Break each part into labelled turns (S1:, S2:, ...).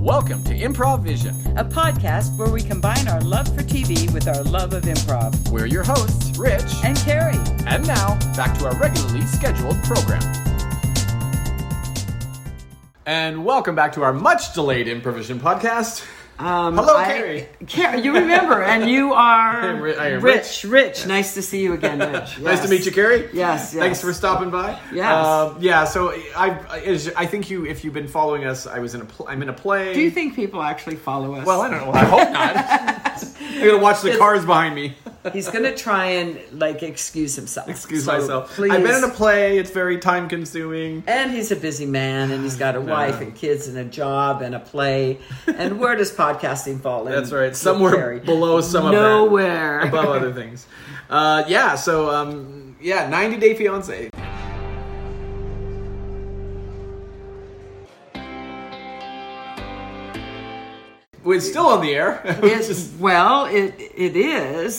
S1: Welcome to Improv Vision.
S2: a podcast where we combine our love for TV with our love of improv.
S1: We're your hosts, Rich,
S2: And Carrie,
S1: and now back to our regularly scheduled program. And welcome back to our much delayed Improvision podcast.
S2: um,
S1: Hello,
S2: I-
S1: Carrie.
S2: Carrie, you remember, and you are
S1: am Ri- I am
S2: rich, rich. Nice to see you again, Rich.
S1: Nice to
S2: Yes.
S1: meet you, Carrie.
S2: Yes,
S1: Thanks
S2: yes.
S1: for stopping by.
S2: Yes.
S1: Um, yeah. So I, I, is- I think you, if you've been following us, I was in a, pl- I'm in a play.
S2: Do you think people actually follow us?
S1: Well, I don't know. I hope not. I'm gonna watch the cars behind me.
S2: he's going to try and like excuse himself.
S1: Excuse
S2: So,
S1: myself.
S2: Please.
S1: I've been in a play. It's very time consuming.
S2: and he's a busy man, and he's got a wife and kids and a job and a play. And where does podcasting fall in?
S1: That's right.
S2: with
S1: Somewhere
S2: Carrie?
S1: below some of that.
S2: Nowhere.
S1: Above other things. Uh, yeah. So um, yeah, 90 Day Fiance. We're still on the air.
S2: It's- well, it it is.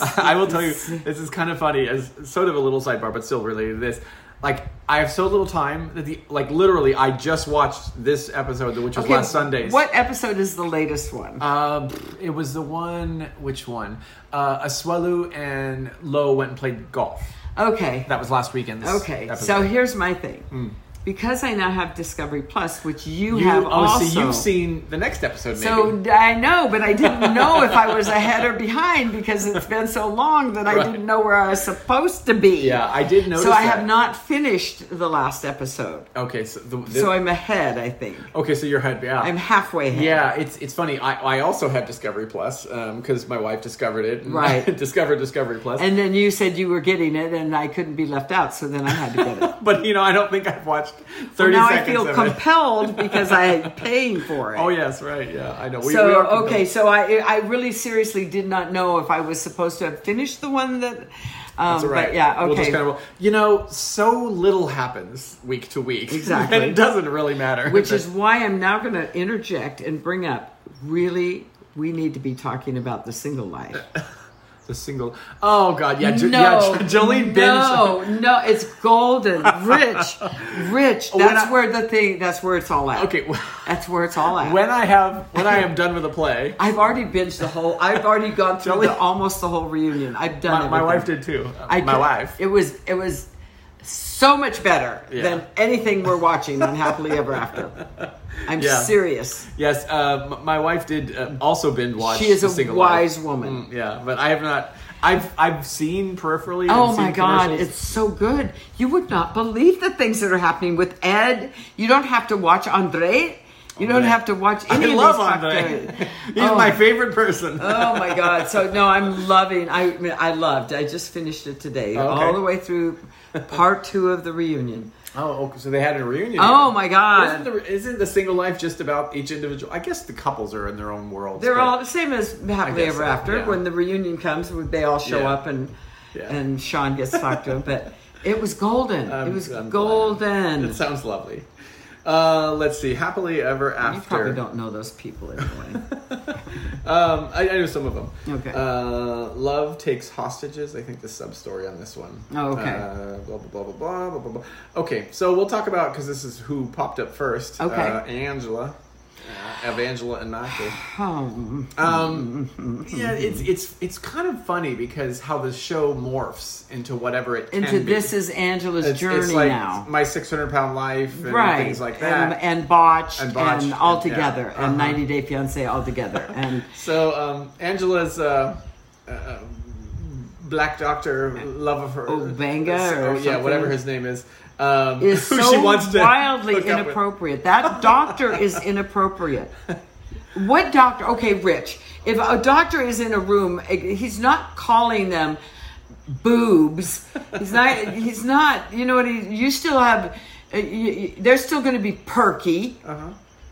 S1: I will tell you, this is kind of funny. As sort of a little sidebar, but still related to this. Like I have so little time that the like literally, I just watched this episode, which was
S2: Okay,
S1: last Sunday's.
S2: What episode is the latest one?
S1: Um, it was the one. Which one? Uh, Aswelu and Lowe went and played golf.
S2: okay.
S1: That was last weekend's.
S2: Okay.
S1: episode. Hmm.
S2: So here's my thing. Because I now have Discovery Plus, which you,
S1: you
S2: have
S1: oh,
S2: also.
S1: so you've seen the next episode. Maybe.
S2: So I know, but I didn't know if I was ahead or behind because it's been so long that I
S1: Right.
S2: didn't know where I was supposed to be.
S1: yeah, I did notice.
S2: So I
S1: that.
S2: have not finished the last episode.
S1: Okay, so the, the-
S2: So I'm ahead, I think.
S1: okay, so you're head. Yeah,
S2: I'm halfway ahead.
S1: Yeah, it's it's funny. I, I also have Discovery Plus because my wife discovered it. and
S2: Right.
S1: discovered Discovery Plus.
S2: And then you said you were getting it, and I couldn't be left out, so then I had to get it.
S1: but you know, I don't think I've watched
S2: Well,
S1: thirty
S2: now I
S1: seconds of
S2: feel
S1: it.
S2: compelled because I am paying for it.
S1: Oh yes, right. Yeah, I know. We, we
S2: so
S1: are compelled.
S2: okay, so I I really seriously did not know if I was supposed to have finished the one that. Um,
S1: That's all right.
S2: But yeah, okay.
S1: We'll just kind of, you know, so little happens week to week.
S2: Exactly.
S1: that it doesn't really matter.
S2: Which is why I'm now going to interject and bring up. Really, we need to be talking about the single life.
S1: the single. Oh God, yeah, Jo- yeah. Jo- Jolene
S2: no,
S1: binge.
S2: no, it's golden, rich, rich.
S1: When
S2: That's
S1: I-
S2: where the thing. That's where it's all at.
S1: Okay, w-
S2: that's where it's all at.
S1: when I have when I am done with a play,
S2: I've already binged the whole. I've already gone through
S1: Jolene-
S2: the, almost the whole reunion. I've done.
S1: my, my
S2: everything.
S1: wife did too.
S2: I
S1: my
S2: could-
S1: wife.
S2: It was it was so much better
S1: Yeah.
S2: than anything we're watching on Happily Ever After. I'm
S1: Yeah.
S2: serious.
S1: Yes, uh, m- my wife did uh, also binge watch.
S2: She is
S1: The
S2: a
S1: Single
S2: wise
S1: Life.
S2: woman.
S1: Mm, yeah, but I have not. I've I've seen peripherally. and
S2: Oh
S1: seen
S2: my god,
S1: commercials.
S2: it's so good. You would not believe the things that are happening with Ed. You don't have to watch Andre. You don't
S1: Andre.
S2: have to watch
S1: Oh, I
S2: any of
S1: love
S2: these
S1: Andre.
S2: fuckers.
S1: He's
S2: Oh.
S1: my favorite person.
S2: oh my god so no i'm loving i I mean, i loved i just finished it today
S1: Oh, okay.
S2: all the way through part two of the reunion
S1: Oh, okay, so they had a reunion.
S2: oh
S1: here.
S2: my god
S1: Isn't the, isn't the single life just about each individual? I guess the couples are in their own world.
S2: They're all the same as Happily
S1: guess so,
S2: Ever After.
S1: yeah.
S2: When the reunion comes, they all show
S1: Yeah.
S2: up and
S1: Yeah.
S2: and Sean gets talked to him. But it was golden. it was golden.
S1: It sounds lovely. Uh, let's see. Happily ever after.
S2: You probably don't know those people anyway.
S1: Um, I, I know some of them.
S2: Okay.
S1: Uh, love takes hostages. I think the sub story on this one.
S2: Oh, okay.
S1: Uh, blah, blah, blah, blah, blah, blah, blah, blah. Okay, so we'll talk about because this is who popped up first.
S2: Okay.
S1: Uh, Angela. Uh, Evangela and Michael.
S2: oh,
S1: Um, yeah, it's it's it's kind of funny because how the show morphs into whatever it can
S2: into
S1: be.
S2: this is Angela's
S1: It's-
S2: journey
S1: it's like
S2: now,
S1: My six hundred pound life, and
S2: right?
S1: Things like
S2: And-
S1: that.
S2: and, botched
S1: And
S2: and,
S1: Botched, and-
S2: all together
S1: yeah.
S2: and
S1: Uh-huh.
S2: ninety day fiance all together and
S1: so um, Angela's uh, uh, black doctor, love of her,
S2: Obanga
S1: so-
S2: or
S1: yeah, whatever
S2: something.
S1: his name is, um,
S2: is
S1: who
S2: so
S1: she wants to
S2: wildly
S1: hook up with.
S2: inappropriate. That doctor is inappropriate. What doctor? Okay, Rich. If a doctor is in a room, eh, he's not calling them boobs. He's not. He's not. You know what? He, you still have. uh, you- you- They're still going to be perky.
S1: Uh-huh.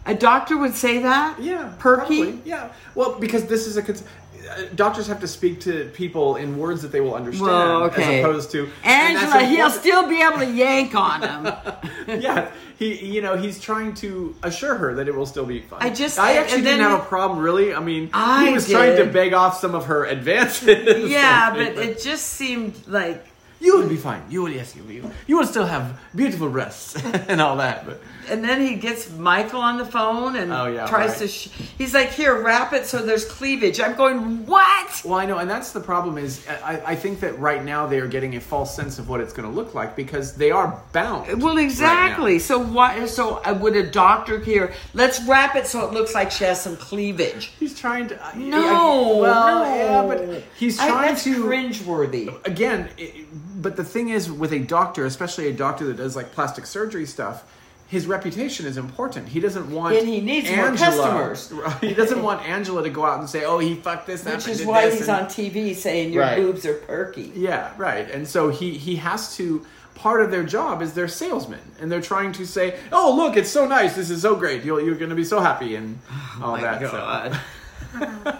S2: A doctor would say that.
S1: Yeah,
S2: perky.
S1: probably. Yeah, well, because this is a cons- uh, doctors have to speak to people in words that they will understand,
S2: Whoa, okay.
S1: as opposed to and that's
S2: Angela, he'll
S1: important.
S2: still be able to yank on him.
S1: yeah, he you know he's trying to assure her that it will still be fun.
S2: I just-
S1: I actually
S2: and then-
S1: didn't have a problem really. I mean,
S2: I
S1: he was trying to
S2: did.
S1: beg off some of her advances.
S2: yeah,
S1: I think,
S2: but it just seemed like
S1: you would be fine. You would, yes, you would. be- You would still have beautiful breasts and all that. But
S2: And then he gets Michael on the phone and
S1: Oh, yeah,
S2: tries
S1: right.
S2: to. Sh- he's like, "Here, wrap it so there's cleavage." I'm going, "What?"
S1: Well, I know, and that's the problem. Is uh, I, I think that right now they are getting a false sense of what it's going to look like because they are bound.
S2: Uh, Well, exactly. so what? So uh, would a doctor here? Let's wrap it so it looks like she has some cleavage.
S1: He's trying to. uh, I-
S2: No,
S1: I- well,
S2: no.
S1: yeah, but he's
S2: I-
S1: trying
S2: that's
S1: to.
S2: cringeworthy.
S1: again it, but the thing is with a doctor especially a doctor that does like plastic surgery stuff his reputation is important he doesn't want
S2: And he needs more customers.
S1: he doesn't want angela to go out and say oh he fucked this up
S2: Which
S1: and
S2: is
S1: did
S2: why
S1: this,"
S2: he's
S1: and-
S2: on TV saying your
S1: Right.
S2: boobs are perky.
S1: yeah right and so he he has to part of their job is they're salesmen and they're trying to say oh look it's so nice this is so great you'll, you're gonna be so happy and all
S2: my
S1: that so-
S2: God.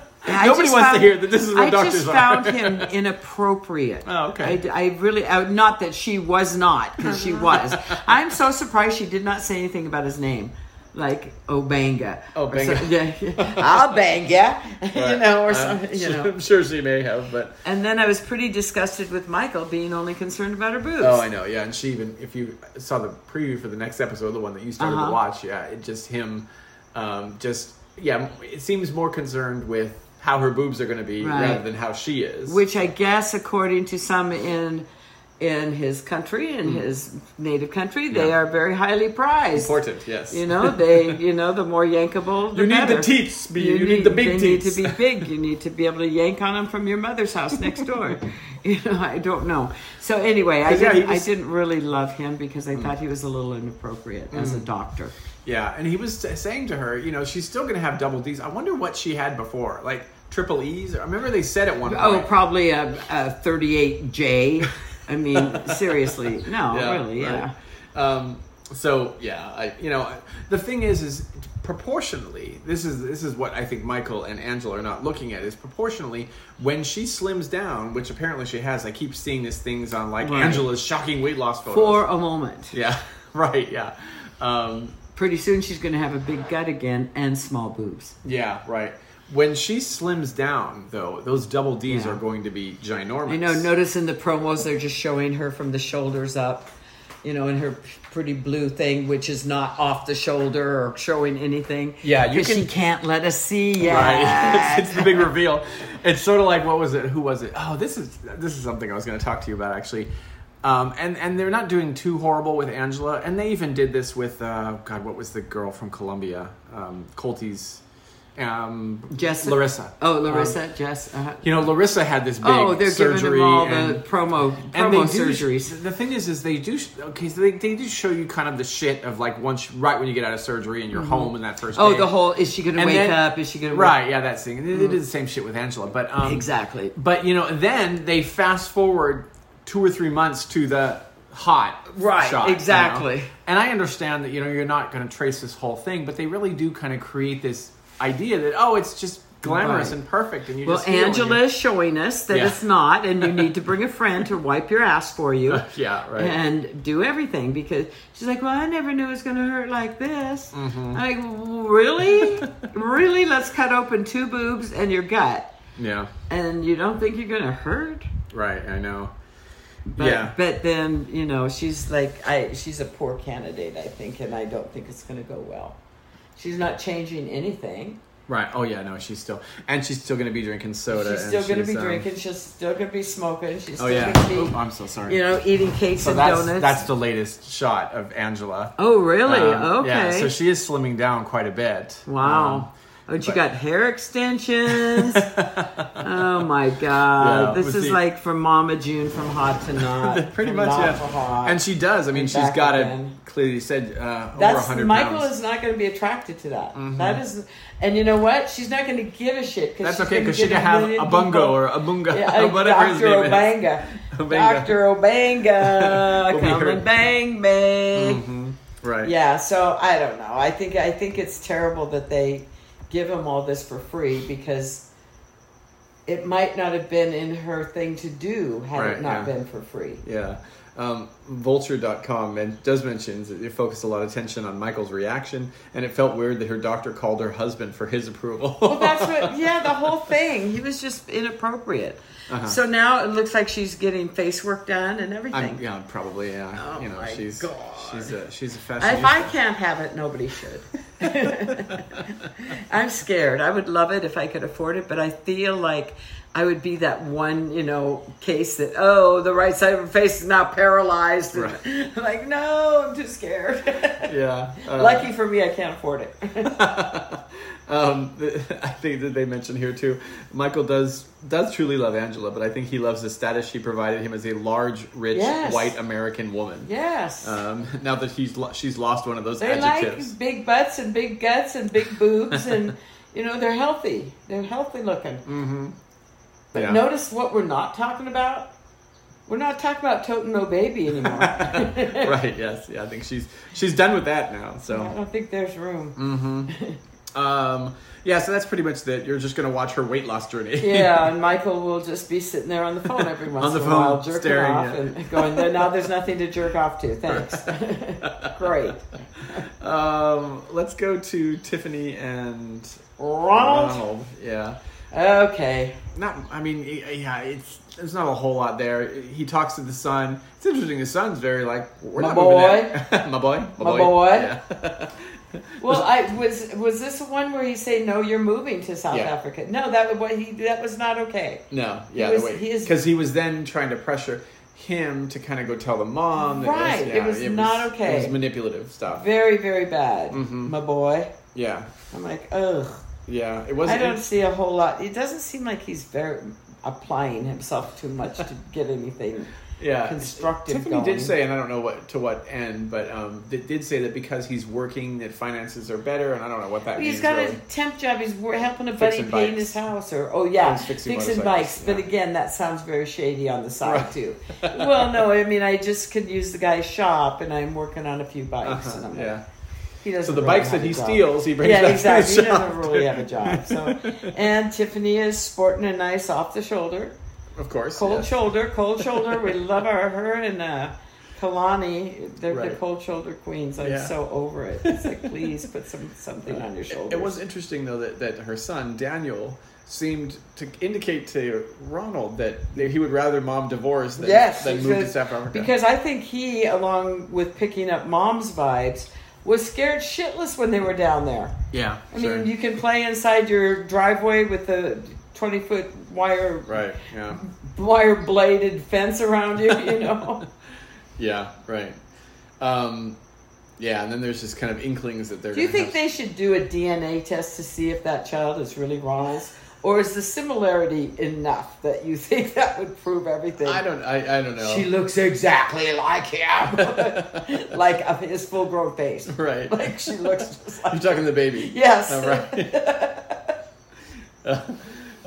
S2: I
S1: nobody wants
S2: just
S1: to
S2: found-
S1: hear that this is what
S2: I
S1: doctors
S2: just
S1: are
S2: found him inappropriate.
S1: Oh, okay.
S2: I, I really, I, not that she was not, because she was. I'm so surprised she did not say anything about his name, like Obanga.
S1: Obanga.
S2: Obanga. You know, or
S1: Uh,
S2: something. You know.
S1: i'm sure she may have but
S2: And then I was pretty disgusted with Michael being only concerned about her boobs.
S1: Oh, I know. Yeah, and she even if you saw the preview for the next episode, the one that you started
S2: Uh-huh.
S1: to watch, yeah, it just him, um, just yeah, it seems more concerned with how her boobs are going to be
S2: Right.
S1: rather than how she is.
S2: which I guess, according to some in in his country, in his native country, they
S1: Hmm. Yeah.
S2: are very highly prized.
S1: important, yes.
S2: You know, they you know the more yankable, the
S1: You need the
S2: better.
S1: teats. You, you need, the big
S2: They need
S1: teats.
S2: to be big. You need to be able to yank on them from your mother's house next door. you know, I don't know. So anyway, I
S1: 'Cause, yeah, he
S2: didn't,
S1: was- Mm.
S2: I didn't really love him because I thought he was a little inappropriate as a doctor.
S1: yeah, and he was t- saying to her, you know, she's still going to have double D's. I wonder what she had before, like triple E's. I remember they said at one point.
S2: Oh, probably a, a 38J. I mean, seriously, no, Oh, really, yeah.
S1: right. Um, so yeah, I you know I- the thing is is proportionally this is this is what I think Michael and Angela are not looking at is proportionally when she slims down, which apparently she has. I keep seeing these things on like
S2: Right.
S1: Angela's shocking weight loss photos.
S2: For a moment.
S1: yeah, right, yeah. Um,
S2: Pretty soon she's going to have a big gut again and small boobs.
S1: yeah, right. When she slims down, though, those double D's
S2: Yeah.
S1: are going to be ginormous.
S2: I know, notice in the promos, they're just showing her from the shoulders up, you know, in her p- pretty blue thing, which is not off the shoulder or showing anything.
S1: Yeah, you
S2: 'Cause she
S1: can-
S2: can't let us see
S1: Right.
S2: yet.
S1: it's, it's the big reveal. It's sort of like what was it? Who was it? Oh, this is this is something I was going to talk to you about actually. Um, and and they're not doing too horrible with Angela, and they even did this with uh, God. What was the girl from Columbia? Um, Colty's, um,
S2: Jess-
S1: Larissa.
S2: Oh,
S1: Um,
S2: Larissa, Jess. Uh,
S1: you know, Larissa had this big
S2: oh, they're giving
S1: surgery
S2: them all
S1: and,
S2: the promo,
S1: and
S2: promo
S1: they do-
S2: surgeries.
S1: The thing is, is they do. Okay, so they, they do show you kind of the shit of like once right when you get out of surgery and you're home and that first.
S2: Oh,
S1: day.
S2: the whole is she going to
S1: And
S2: wake
S1: then-
S2: up? Is she going to
S1: Right, yeah, that thing. They, they did the same shit with Angela, but um,
S2: Mm. Exactly.
S1: But you know, then they fast forward two or three months to the hot
S2: Right,
S1: shot, you know?
S2: exactly.
S1: And I understand that you know you're not going to trace this whole thing, but they really do kind of create this idea that oh, it's just glamorous
S2: Right.
S1: and perfect, and you
S2: Well,
S1: just heal and you-
S2: Angela is showing us that
S1: Yeah.
S2: it's not, and you need to bring a friend to wipe your ass for you.
S1: Yeah, right.
S2: And do everything because she's like, "Well, I never knew it was going to hurt like this."
S1: Mm-hmm.
S2: I'm like, really, really? Let's cut open two boobs and your gut,
S1: yeah,
S2: and you don't think you're going to hurt?
S1: right. I know.
S2: But,
S1: yeah,
S2: But then you know she's like, I she's a poor candidate, I think, and I don't think it's going to go well. She's not changing anything.
S1: right. Oh yeah, no, she's still and she's still going to be drinking soda.
S2: She's
S1: and
S2: still going to
S1: she's,
S2: be
S1: um,
S2: drinking. She's still going to be smoking. She's
S1: Oh
S2: still
S1: yeah.
S2: going to be.
S1: Oh, I'm so sorry.
S2: you know, eating cakes
S1: so
S2: and
S1: that's
S2: donuts.
S1: that's the latest shot of Angela.
S2: oh, really?
S1: Um,
S2: okay.
S1: Yeah, so she is slimming down quite a bit.
S2: wow.
S1: Um,
S2: oh, and she
S1: but-
S2: got hair extensions.
S1: Um,
S2: oh my god,
S1: Yeah,
S2: this
S1: with
S2: is
S1: the-
S2: like from Mama June from Hot to Not.
S1: pretty
S2: from
S1: much,
S2: not
S1: yeah.
S2: to hot.
S1: And she does. I mean,
S2: And
S1: she's
S2: back
S1: got a
S2: again.
S1: clearly said uh, over
S2: that's
S1: 100
S2: Michael
S1: pounds. Mm-hmm.
S2: is not going to be attracted to that. That is, and you know what? She's not going to give a shit. Cause
S1: That's
S2: she's
S1: okay
S2: gonna
S1: because she
S2: give
S1: can have
S2: million
S1: a bungo
S2: people-
S1: or a bunga
S2: Yeah, uh,
S1: or whatever his
S2: Dr.
S1: name is.
S2: Obanga.
S1: Obanga.
S2: Dr. Obanga.
S1: Will be Mm-hmm.
S2: Come
S1: her-
S2: and bang me.
S1: Right.
S2: Yeah, so I don't know. I think I think it's terrible that they give him all this for free because it might not have been in her thing to do had
S1: Right,
S2: it not
S1: yeah.
S2: been for free.
S1: Yeah. Um, Vulture.com men- does mentions that it focused a lot of attention on Michael's reaction, and it felt weird that her doctor called her husband for his approval.
S2: Well, that's what. Yeah, the whole thing. He was just inappropriate.
S1: Uh-huh.
S2: So now it looks like she's getting face work done and everything.
S1: I'm, yeah, probably. Yeah.
S2: Oh
S1: you know,
S2: my
S1: she's
S2: God.
S1: she's a she's a
S2: If I
S1: fashionista.
S2: can't have it, nobody should. I'm scared. I would love it if I could afford it, but I feel like I would be that one, you know, case that oh, the right side of her face is now paralyzed. And
S1: Right.
S2: like, no, I'm too scared.
S1: Yeah. uh,
S2: Lucky for me, I can't afford it.
S1: um, the, I think that they mentioned here too. Michael does does truly love Angela, but I think he loves the status she provided him as a large, rich,
S2: Yes.
S1: white American woman.
S2: yes.
S1: Um, now that he's lo- she's lost one of those
S2: They
S1: adjectives.
S2: like big butts and big guts and big boobs, and you know they're healthy. They're healthy looking.
S1: Mm,
S2: But
S1: Yeah.
S2: notice what we're not talking about. We're not talking about toting no baby anymore. I
S1: right. Yes. Yeah. I think she's she's done with that now. So. Mm.
S2: don't think there's room.
S1: Um, yeah, so that's pretty much it. You're just gonna watch her weight loss journey.
S2: Yeah, and Michael will just be sitting there on the phone every once
S1: the
S2: in a
S1: phone,
S2: while, jerking
S1: staring
S2: off
S1: at-
S2: and going. There now, there's nothing to jerk off to. Thanks. Great.
S1: um, let's go to Tiffany and
S2: Ronald.
S1: Ronald. Yeah,
S2: Okay.
S1: not. I mean, e- yeah, it's there's not a whole lot there. He talks to the son. It's interesting. The son's very like, we're
S2: My
S1: not moving that- my boy, my,
S2: My boy.
S1: Yeah.
S2: Well, I was was this the one where you say no, you're moving to South
S1: Yeah.
S2: Africa? No, that was what he that was not okay.
S1: no, yeah,
S2: was-
S1: the
S2: he is-
S1: because he, was then trying to pressure him to kind of go tell the mom. That
S2: Right,
S1: It was,
S2: it
S1: yeah,
S2: was not okay.
S1: It was manipulative stuff.
S2: Very very bad,
S1: Mhm.
S2: my boy.
S1: Yeah,
S2: I'm like, ugh.
S1: yeah. It wasn't.
S2: I don't see a whole lot. It doesn't seem like he's very applying himself too much to get anything.
S1: yeah.
S2: constructive
S1: Tiffany
S2: going.
S1: did say, and I don't know what to what end, but um, th- did say that because he's working, that finances are better, and I don't know what that means.
S2: He's got
S1: really.
S2: a temp job. He's wor- helping a buddy
S1: Fixing
S2: paint
S1: bikes.
S2: his house, or oh yeah,
S1: He's fixing
S2: fixing,
S1: motorcycles,
S2: bikes. But
S1: yeah.
S2: again, that sounds very shady on the side
S1: Right.
S2: too. well, no, I mean, I just could use the guy's shop, and I'm working on a few bikes.
S1: Uh-huh,
S2: And I'm like,
S1: yeah.
S2: He doesn't.
S1: So the
S2: really
S1: bikes that
S2: have a
S1: he
S2: job.
S1: steals, he brings
S2: Yeah,
S1: back
S2: exactly.
S1: to
S2: He
S1: the shop.
S2: doesn't really have a job. So, and Tiffany is sporting a nice off the shoulder,
S1: of course,
S2: cold
S1: yes.
S2: shoulder, cold shoulder. We love our her and uh, Kalani. They're the
S1: Right.
S2: cold shoulder queens. I'm
S1: Yeah.
S2: so over it. It's like, please put some something on your shoulder.
S1: It was interesting though that, that her son Daniel seemed to indicate to Ronald that he would rather mom divorce than,
S2: yes,
S1: than move to South Africa.
S2: Because I think he, along with picking up mom's vibes, was scared shitless when they were down there.
S1: yeah,
S2: I
S1: sure.
S2: mean, you can play inside your driveway with a twenty foot wire
S1: right, yeah,
S2: wire bladed fence around you, you know.
S1: yeah, right, um, yeah, and then there's just kind of inklings that they're.
S2: do you
S1: gonna
S2: think
S1: have-
S2: they should do a DNA test to see if that child is really Ronald's? Or is the similarity enough that you think that would prove everything?
S1: I don't. I, I don't know.
S2: She looks exactly like him. like of his full grown face.
S1: right.
S2: Like she looks just
S1: You're
S2: like
S1: talking the baby.
S2: Yes.
S1: All right. oh,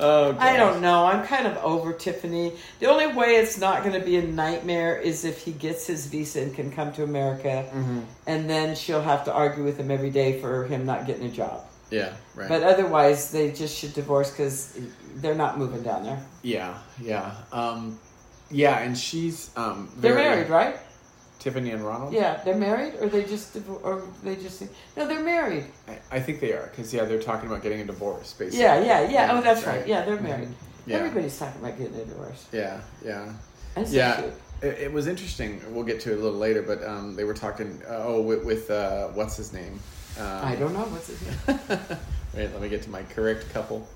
S2: I
S1: gosh.
S2: don't know. I'm kind of over Tiffany. The only way it's not going to be a nightmare is if he gets his visa and can come to America,
S1: Mm. Mm-hmm.
S2: and then she'll have to argue with him every day for him not getting a job.
S1: Yeah. Right.
S2: But otherwise, they just should divorce because they're not moving down there.
S1: yeah. Yeah. Um, yeah, and she's um,
S2: They're
S1: very-
S2: married, right?
S1: Tiffany and Ronald.
S2: Yeah, they're married, or they just divo- or they just no, they're married.
S1: I, I think they are because yeah, they're talking about getting a divorce. Basically.
S2: Yeah, yeah, yeah. Oh, that's right. Yeah, they're married.
S1: Yeah.
S2: Everybody's talking about getting a divorce.
S1: Yeah. Yeah.
S2: That's so
S1: yeah.
S2: cute.
S1: It, it was interesting. We'll get to it a little later, but um, they were talking. Uh, oh, with, with uh, what's his name? Um,
S2: I don't know what's his name.
S1: Wait, let me get to my correct couple.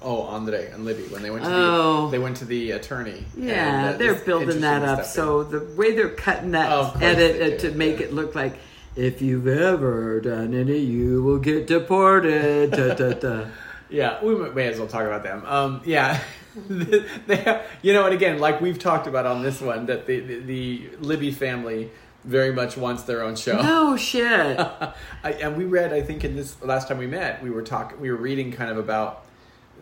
S1: Oh, Andre and Libby when they went to
S2: Oh.
S1: the, they went to the attorney.
S2: Yeah,
S1: and, uh,
S2: they're
S1: it's
S2: building that
S1: interesting
S2: up.
S1: stuff.
S2: So the way they're cutting that
S1: Of course they
S2: edit uh,
S1: do,
S2: to make
S1: yeah.
S2: it look like if you've ever done any, you will get deported. da, da, da.
S1: yeah, we may- may as well talk about them. Um, yeah, they have, you know, and again, like we've talked about on this one, that the the, the Libby family very much wants their own show.
S2: No shit.
S1: I, and we read, I think, in this last time we met, we were talking, we were reading kind of about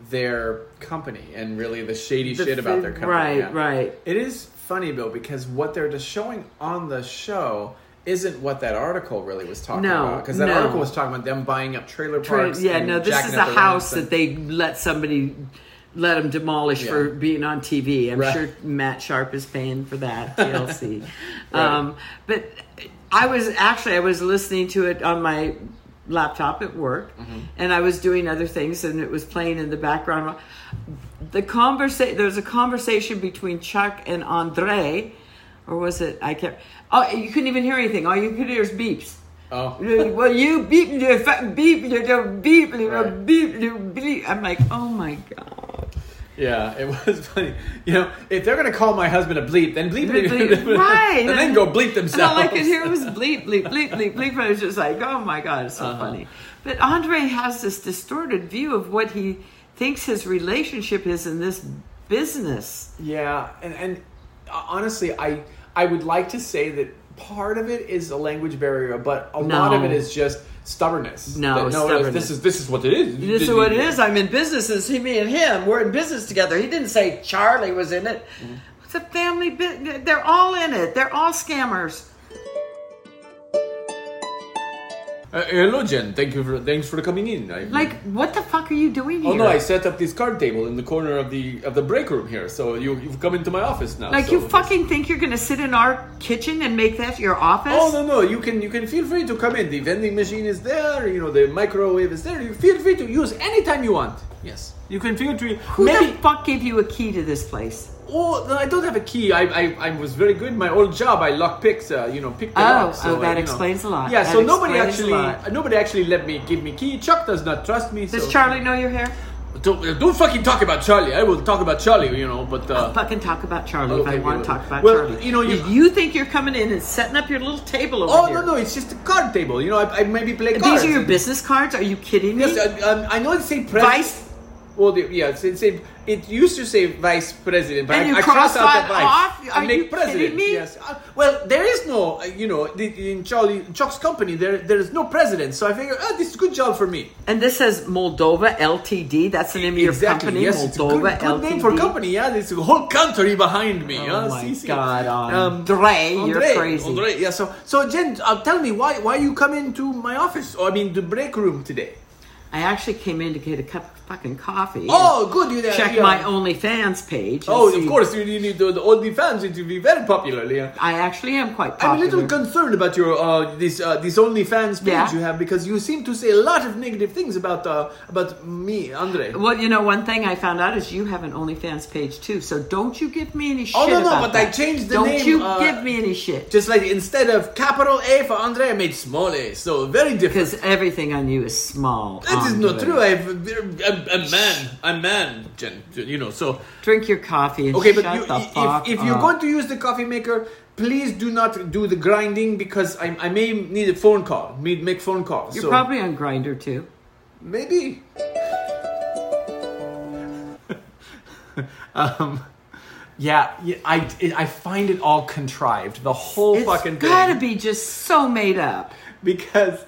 S1: their company and really the shady
S2: The
S1: shit about their
S2: food-
S1: company.
S2: right,
S1: yeah.
S2: right.
S1: It is funny though because what they're just showing on the show isn't what that article really was talking
S2: No,
S1: about. Because that
S2: no.
S1: article was talking about them buying up trailer
S2: Tra-
S1: parks.
S2: yeah,
S1: and
S2: no, this
S1: jacking
S2: is
S1: up
S2: a
S1: the rents
S2: house
S1: and-
S2: that they let somebody let him demolish for
S1: Yeah.
S2: being on TV. I'm
S1: Right.
S2: sure Matt Sharp is paying for that TLC. um, but I was actually I was listening to it on my laptop at work,
S1: Mm-hmm.
S2: and I was doing other things, and it was playing in the background. The conversation there's a conversation between Chuck and Andre, or was it I can't? Oh, you couldn't even hear anything. All you could hear is beeps.
S1: Oh,
S2: well, you beep, you fuck, beep, you don't beep, you
S1: Right.
S2: don't beep, you beep. I'm like, oh my god.
S1: yeah, it was funny. You know, if they're gonna call my husband a bleep, then bleep it,
S2: Right.
S1: and then go bleep
S2: And all
S1: themselves. Uh-huh.
S2: I could hear was bleep, bleep, bleep, bleep, bleep. And I was just like, oh my God, it's so funny. But Andre has this distorted view of what he thinks his relationship is in this business.
S1: Yeah, and, and uh, honestly, I I would like to say that part of it is a language barrier, but a
S2: No.
S1: lot of it is just stubbornness.
S2: No,
S1: That, no,
S2: stubbornness.
S1: this is this is what it is.
S2: This is what it is. I'm in business. It's he, me, and him. We're in business together. He didn't say Charlie was in it.
S1: Mm-hmm.
S2: It's a family business. They're all in it. They're all scammers.
S1: Uh, hello, Jen. Thank you for thanks for coming in. I,
S2: Like, what the fuck are you doing here?
S1: oh no, I set up this card table in the corner of the of the break room here, so you you've come into my office now.
S2: like,
S1: so-
S2: you fucking think you're going to sit in our kitchen and make that your office?
S1: Oh no no! You can you can feel free to come in. The vending machine is there. You know the microwave is there. You feel free to use anytime you want. Yes, you can feel free.
S2: Who
S1: Maybe
S2: the fuck gave you a key to this place?
S1: Oh, no, I don't have a key. I, I, I was very good. My old job, I lock picks. Uh, you know, pick the
S2: Oh,
S1: locks.
S2: oh, that
S1: you know.
S2: explains a lot.
S1: Yeah,
S2: That
S1: so nobody
S2: explains a
S1: actually,
S2: lot.
S1: nobody actually let me give me key. Chuck does not trust me.
S2: Does
S1: so.
S2: Charlie know you're here?
S1: Don't, uh, don't fucking talk about Charlie. I will talk about Charlie. You know, but uh,
S2: Fucking talk about
S1: okay,
S2: Charlie if I
S1: we
S2: want
S1: will.
S2: to talk about
S1: Well,
S2: Charlie.
S1: you know, you-
S2: If you think you're coming in and setting up your little table over
S1: oh
S2: here.
S1: no no, it's just a card table. You know, I, I maybe play cards.
S2: These are your business cards? Are you kidding me?
S1: Yes, I, um, I know it say president.
S2: Vice
S1: Well, the, yeah, it's, it's a, it used to say vice president, but
S2: And
S1: I,
S2: you
S1: I
S2: crossed
S1: crossed out
S2: that
S1: the vice
S2: off? Are
S1: and make
S2: you kidding
S1: president.
S2: me?
S1: Yes. Uh, well, there is no, uh, you know, the, in Charlie Chuck's company, there there is no president. So I figure, oh, this is a good job for me.
S2: and this says Moldova Ltd. That's the name of your
S1: exactly.
S2: company,
S1: yes, it's a good,
S2: Moldova
S1: good
S2: Ltd.
S1: name for company. Yeah, there's a whole country behind me.
S2: Oh
S1: yeah,
S2: my
S1: see, see.
S2: God,
S1: Um,
S2: Andre, you're crazy.
S1: Andre, yeah. So, so Jen, uh, tell me why why you come into my office or I mean the break room today?
S2: I actually came in to get a cup of fucking coffee.
S1: Oh, good. You
S2: and check
S1: yeah.
S2: my OnlyFans page. and
S1: Oh,
S2: see-
S1: of course, you, you need the, the only fans. It will be very popular. Yeah.
S2: I actually am quite
S1: I'm a
S2: popular.
S1: little concerned about your uh, this uh, this OnlyFans page
S2: Yeah.
S1: you have because you seem to say a lot of negative things about uh, about me, Andre.
S2: Well, you know, one thing I found out is you have an OnlyFans page too. So don't you give me any shit.
S1: Oh, no, no,
S2: about
S1: but I
S2: that.
S1: changed the
S2: don't
S1: name,
S2: you
S1: uh,
S2: give me any shit
S1: Just like instead of capital A for Andre, I made small a. So very different.
S2: because everything on you is small.
S1: That is not
S2: Andre.
S1: true. I've, I'm, I'm man. I'm man, Jen. You know. So
S2: Drink your coffee and
S1: okay, but
S2: shut
S1: you,
S2: the fuck
S1: if, if you're
S2: up.
S1: going to use the coffee maker, please do not do the grinding because I, I may need a phone call. Me make phone calls.
S2: you're
S1: so
S2: probably on Grinder too.
S1: Maybe. um, yeah, yeah, I it, I find it all contrived. The whole
S2: It's
S1: Oh, fucking
S2: gotta
S1: thing
S2: be just so made up.
S1: because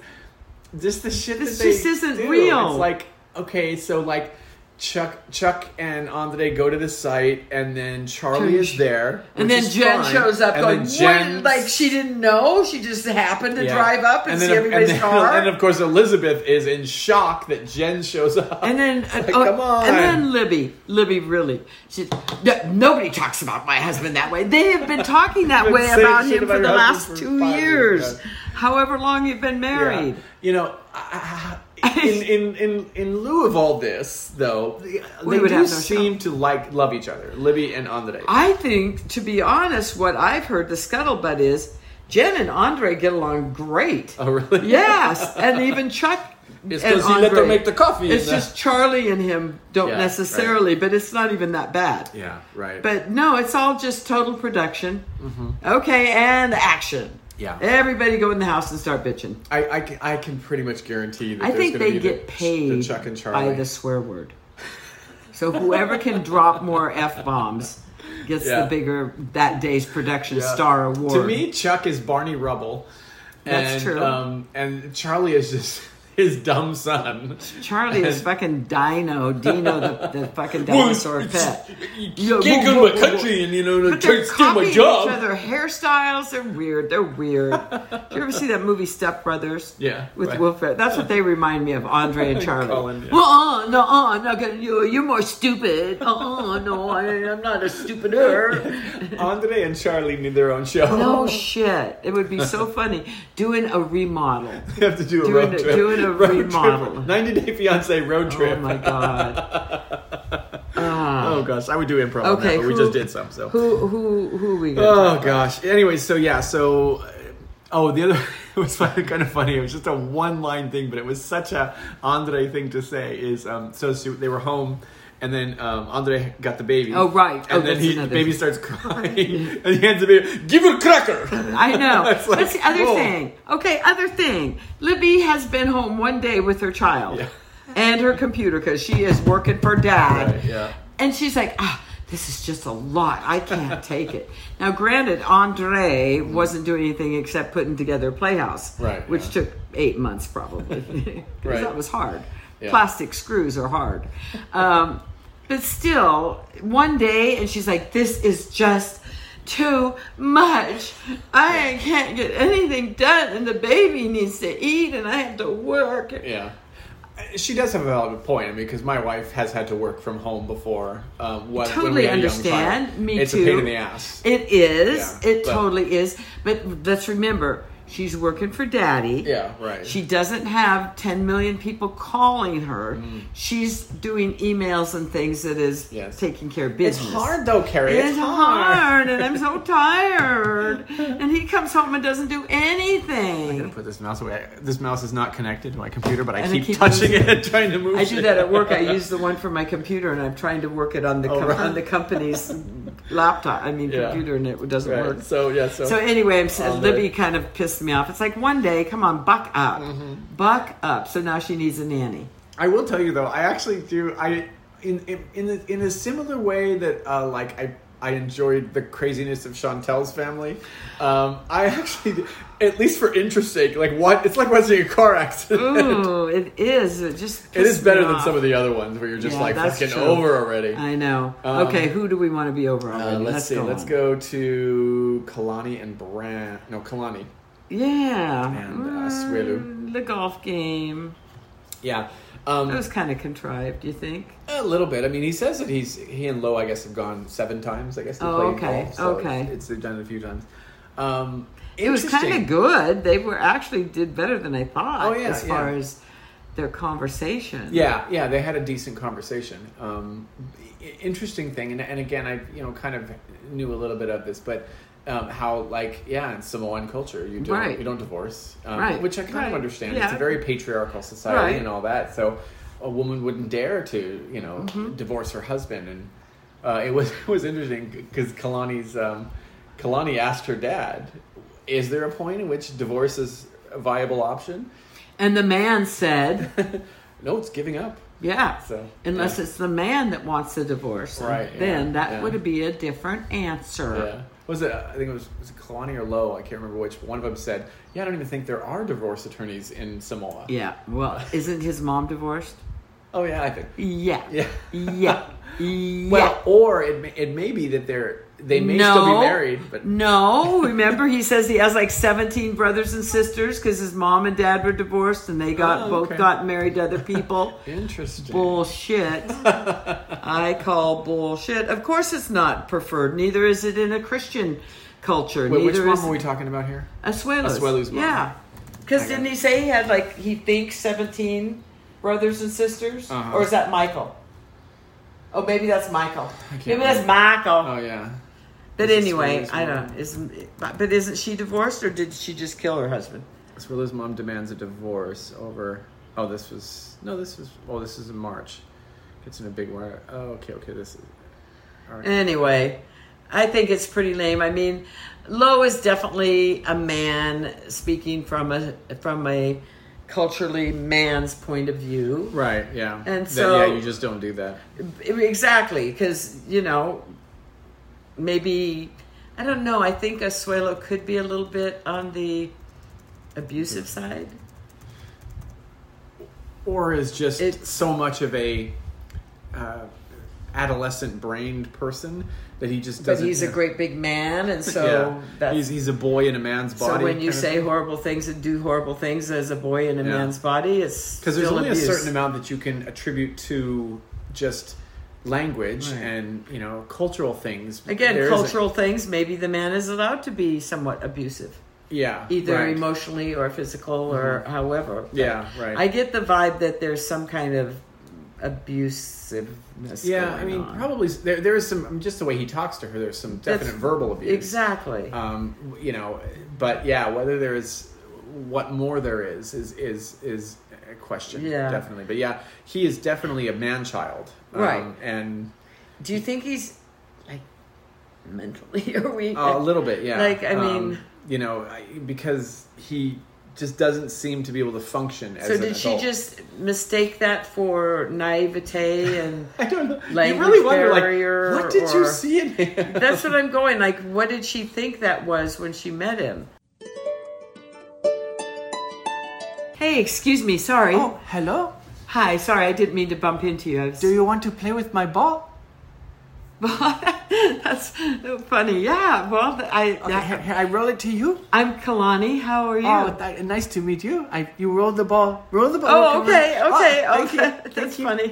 S1: just the shit
S2: This
S1: that they
S2: just isn't
S1: do,
S2: real.
S1: It's like okay, so like Chuck Chuck and Andre go to the site, and then Charlie is there, which
S2: And then
S1: is
S2: Jen
S1: fine.
S2: shows up
S1: and
S2: going,
S1: then Jen's-
S2: "What?" like she didn't know. She just happened to
S1: yeah.
S2: drive up and,
S1: then
S2: see
S1: of-
S2: everybody's
S1: and then-
S2: car.
S1: and of course Elizabeth is in shock that Jen shows up,
S2: And then,
S1: It's
S2: uh,
S1: like,
S2: oh,
S1: come on,
S2: and then Libby, Libby really, she, "No- nobody talks about my husband that way. They have been talking that
S1: Been
S2: way
S1: saying
S2: about
S1: shit
S2: him
S1: about
S2: for the
S1: your
S2: last
S1: husband for
S2: two
S1: five years,
S2: years,
S1: yeah.
S2: however long you've been married.
S1: Yeah. You know, I- I- in, in in in lieu of all this, though, they
S2: We
S1: they
S2: would
S1: do
S2: have no
S1: seem to like love each other, Libby and Andre.
S2: I think, to be honest, what I've heard the scuttlebutt is Jen and Andre get along great.
S1: oh, really?
S2: Yes, and even Chuck.
S1: It's
S2: and
S1: 'cause he let her
S2: Andre.
S1: make the coffee
S2: It's
S1: and, uh,
S2: just Charlie and him don't
S1: Yeah, right.
S2: necessarily, but it's not even that bad.
S1: Yeah. Right.
S2: But no, it's all just total production. Okay, and action.
S1: Mm-hmm. Yeah.
S2: Everybody go in the house and start bitching.
S1: I, I, can, I can pretty much guarantee that
S2: I
S1: there's
S2: think
S1: gonna
S2: they
S1: be
S2: get
S1: the,
S2: paid
S1: the Chuck and Charlie.
S2: by the swear word. So whoever can drop more f bombs gets
S1: Yeah.
S2: the bigger that day's production
S1: Yeah.
S2: star award.
S1: To me, Chuck is Barney Rubble.
S2: That's
S1: and,
S2: true.
S1: Um, and Charlie is just his dumb son.
S2: Charlie is fucking Dino, Dino the, the fucking dinosaur pet.
S1: You can't go to my country and you know
S2: But
S1: try
S2: they're
S1: to steal
S2: copying
S1: my
S2: each
S1: job.
S2: other hairstyles. They're weird. They're weird. Did you ever see that movie Step Brothers?
S1: Yeah,
S2: with
S1: right.
S2: Wilfred. That's what they remind me of. Andre and Charlie.
S1: Colin, yeah.
S2: Well, uh, no, uh, I'm not gonna. You, you're more stupid. Uh, uh, no, I, I'm not a stupider.
S1: Andre and Charlie need their own show.
S2: No shit. It would be so funny doing a remodel.
S1: We have to do a
S2: Doing
S1: road
S2: a-
S1: trip.
S2: doing a
S1: road
S2: remodel.
S1: Trip. 90 Day Fiance road trip.
S2: Oh my god. Ah.
S1: Oh gosh, I would do improv. on that,
S2: Okay,
S1: but we
S2: who-
S1: just did some. So.
S2: Who who who we got?
S1: Oh gosh. Anyway, so yeah, so uh, oh the other it was kind of funny. It was just a one line thing, but it was such a Andre thing to say. Is um so she, they were home. And then um, Andre got the baby.
S2: Oh, right.
S1: And
S2: Oh,
S1: then
S2: that's
S1: he, the
S2: another-
S1: baby starts crying, and he hands the baby, "Give her a cracker."
S2: I know.
S1: It's like,
S2: That's the other
S1: whoa.
S2: thing. Okay, other thing. Libby has been home one day with her child
S1: Yeah.
S2: and her computer because she is working for dad.
S1: Right, yeah.
S2: And she's like, ah, this is just a lot. I can't take it. Now, granted, Andre wasn't doing anything except putting together a playhouse,
S1: Right,
S2: which
S1: yeah.
S2: took eight months probably 'Cause
S1: Right.
S2: that was hard.
S1: Yeah.
S2: Plastic screws are hard. Um, but still, one day, and she's like, this is just too much. I can't get anything done, and the baby needs to eat, and I have to work.
S1: Yeah. Uh, She does have a valid point. I mean, because my wife has had to work from home before. Um, when, when we
S2: totally
S1: had a young
S2: understand.
S1: child.
S2: Me
S1: it's
S2: too.
S1: a pain in the ass.
S2: It is.
S1: Yeah,
S2: it
S1: but-
S2: totally is. But let's remember, she's working for daddy.
S1: yeah, right.
S2: She doesn't have 10 million people calling her. She's doing emails and things that is
S1: Mm. Yes.
S2: taking care of
S1: it's
S2: business.
S1: hard though, Carrie.
S2: It's hard, and I'm so tired. and he comes home and doesn't do
S1: I'm
S2: anything.
S1: gonna put this mouse away. This mouse is not connected to my computer, but I
S2: And I
S1: keep,
S2: keep
S1: touching it
S2: losing
S1: and trying to move.
S2: I
S1: it.
S2: do that at work. I use the one for my computer, and I'm trying to work it on the
S1: Oh,
S2: com-
S1: right.
S2: on the company's laptop. I mean,
S1: Yeah.
S2: computer, and it doesn't work.
S1: Right. So yeah. So,
S2: So anyway, I'm, so
S1: Um,
S2: Libby kind of pissed me off. It's like one day, come on, buck up,
S1: Mm-hmm.
S2: buck up. So now she needs a nanny.
S1: I will tell you though, I actually do. I in in in a, in a similar way that uh, like I. I enjoyed the craziness of Chantel's family. Um, I actually, at least for interest sake, like what it's like watching a car accident.
S2: Ooh, it is. It Mm, just
S1: It is
S2: pissed
S1: better
S2: me
S1: than
S2: off.
S1: some of the other ones where you're just
S2: Yeah,
S1: like
S2: that's
S1: fucking
S2: true.
S1: over already.
S2: I know.
S1: Um,
S2: okay, who do we want to be over
S1: Uh,
S2: already?
S1: let's, see.
S2: Go
S1: let's
S2: on.
S1: go to Kalani and Brand. No, Kalani.
S2: Yeah.
S1: And, uh,
S2: Mm,
S1: Swelu.
S2: The golf game.
S1: Yeah. Um,
S2: That was kind of contrived. Do you think?
S1: A little bit. I mean, he says that he's he and Lowe, I guess, have gone seven times. I guess. They
S2: Oh,
S1: played
S2: okay,
S1: golf, so
S2: okay.
S1: It's, it's- they've done it a few times. Um,
S2: It was kind
S1: interesting.
S2: of good. They were actually did better than I thought.
S1: Oh, yeah,
S2: as far
S1: yeah.
S2: as their conversation.
S1: Yeah, yeah, they had a decent conversation. Um, i- interesting thing, and, and again, I you know kind of knew a little bit of this, but um, how like yeah, in Samoan culture, you don't
S2: Right.
S1: you don't divorce, um,
S2: Right,
S1: which I kind
S2: right,
S1: of understand. It's
S2: yeah.
S1: a very patriarchal society
S2: Right.
S1: and all that, so a woman wouldn't dare to you know
S2: Mm-hmm.
S1: divorce her husband, and uh, it was it was interesting because Kalani's um, Kalani asked her dad, is there a point in which divorce is a viable option?
S2: And the man said,
S1: no, it's giving up.
S2: "Yeah."
S1: So,
S2: Unless
S1: yeah.
S2: it's the man that wants the divorce, and
S1: Right, yeah,
S2: Then that
S1: yeah.
S2: would be a different answer.
S1: Yeah. Was it? I think it was, was it Kalani or Lowe. I can't remember which. But one of them said, "Yeah, I don't even think there are divorce attorneys in Samoa."
S2: Yeah. Well, isn't his mom divorced?
S1: Oh yeah, I think.
S2: Yeah.
S1: Yeah.
S2: Yeah. yeah.
S1: Well, or it may, it may be that they're they may still be married, but
S2: no. Remember, he says he has like seventeen brothers and sisters because his mom and dad were divorced, and they got
S1: Oh, okay.
S2: both got married to other people.
S1: interesting.
S2: bullshit. I call bullshit. Of course, it's not preferred. Neither is it in a Christian culture.
S1: Wait, which
S2: Neither
S1: mom
S2: is
S1: are we talking about here?
S2: Asuelo's.
S1: Asuelo's mom.
S2: Yeah. Because
S1: Okay.
S2: didn't he say he had like, he thinks 17 brothers and sisters?
S1: Uh-huh.
S2: Or is that Michael? Oh, maybe that's Michael.
S1: can't
S2: Maybe that's
S1: remember.
S2: Michael.
S1: Oh yeah.
S2: but
S1: Is it
S2: anyway,
S1: Asuelo's
S2: I
S1: mom?
S2: don't. Isn't, but but isn't she divorced or did she just kill her husband?
S1: Swillow's mom demands a divorce over. Oh, this was no, this was. Oh, this is in March. It's in a big wire. Oh, okay, okay. This is. All right.
S2: Anyway, I think it's pretty lame. I mean, Lowe is definitely a man speaking from a from a culturally man's point of view.
S1: Right. Yeah.
S2: And
S1: Then,
S2: so-
S1: yeah, you just don't do that.
S2: Exactly, because you know, maybe I don't know. I think Asuelo
S1: Hmm.
S2: could be a little bit on the abusive side.
S1: or is just
S2: It-
S1: so much of a uh, adolescent brained person that he just
S2: But
S1: doesn't.
S2: he's a
S1: yeah.
S2: great big man, and so
S1: yeah.
S2: that's
S1: he's he's a boy in a man's
S2: so
S1: body.
S2: when you
S1: kind of
S2: say horrible things and do horrible things as a boy in a
S1: Yeah.
S2: man's body, it's
S1: because there's
S2: still
S1: only
S2: abuse.
S1: a certain amount that you can attribute to just language
S2: Right.
S1: and you know cultural things
S2: Again,
S1: There isn't-
S2: cultural things. Maybe the man is allowed to be somewhat abusive,
S1: yeah
S2: either
S1: right.
S2: emotionally or physical or however.
S1: yeah right
S2: I get the vibe that there's some kind of abusiveness.
S1: yeah i
S2: going
S1: mean
S2: on.
S1: probably s- there, there is some I mean, just the way he talks to her there's some
S2: That's-
S1: definite verbal abuse
S2: exactly.
S1: um, you know but yeah whether there is what more there is is is is a question
S2: Yeah.
S1: definitely but yeah he is definitely a man child
S2: Right.
S1: and
S2: do you think he's like mentally? Are we?
S1: Uh, a little bit, yeah.
S2: Like, I
S1: Um,
S2: mean-
S1: you know, I- because he just doesn't seem to be able to function. As
S2: so
S1: an
S2: did she
S1: adult.
S2: just mistake that for naivete and?
S1: I don't know. You
S2: language
S1: really wonder,
S2: barrier
S1: like, what did you
S2: or-
S1: see in him?
S2: That's what I'm going. Like, what did she think that was when she met him? Hey, excuse me. Sorry.
S1: Oh. hello.
S2: Hi. Sorry, I didn't mean to bump into you. I was...
S1: you want to play with my ball?
S2: That's funny. Yeah. Well, I, I
S1: I roll it to you.
S2: I'm Kalani. How are you?
S1: Oh, nice to meet you. I you rolled the ball. Roll the
S2: Oh, okay, okay, okay. That's funny.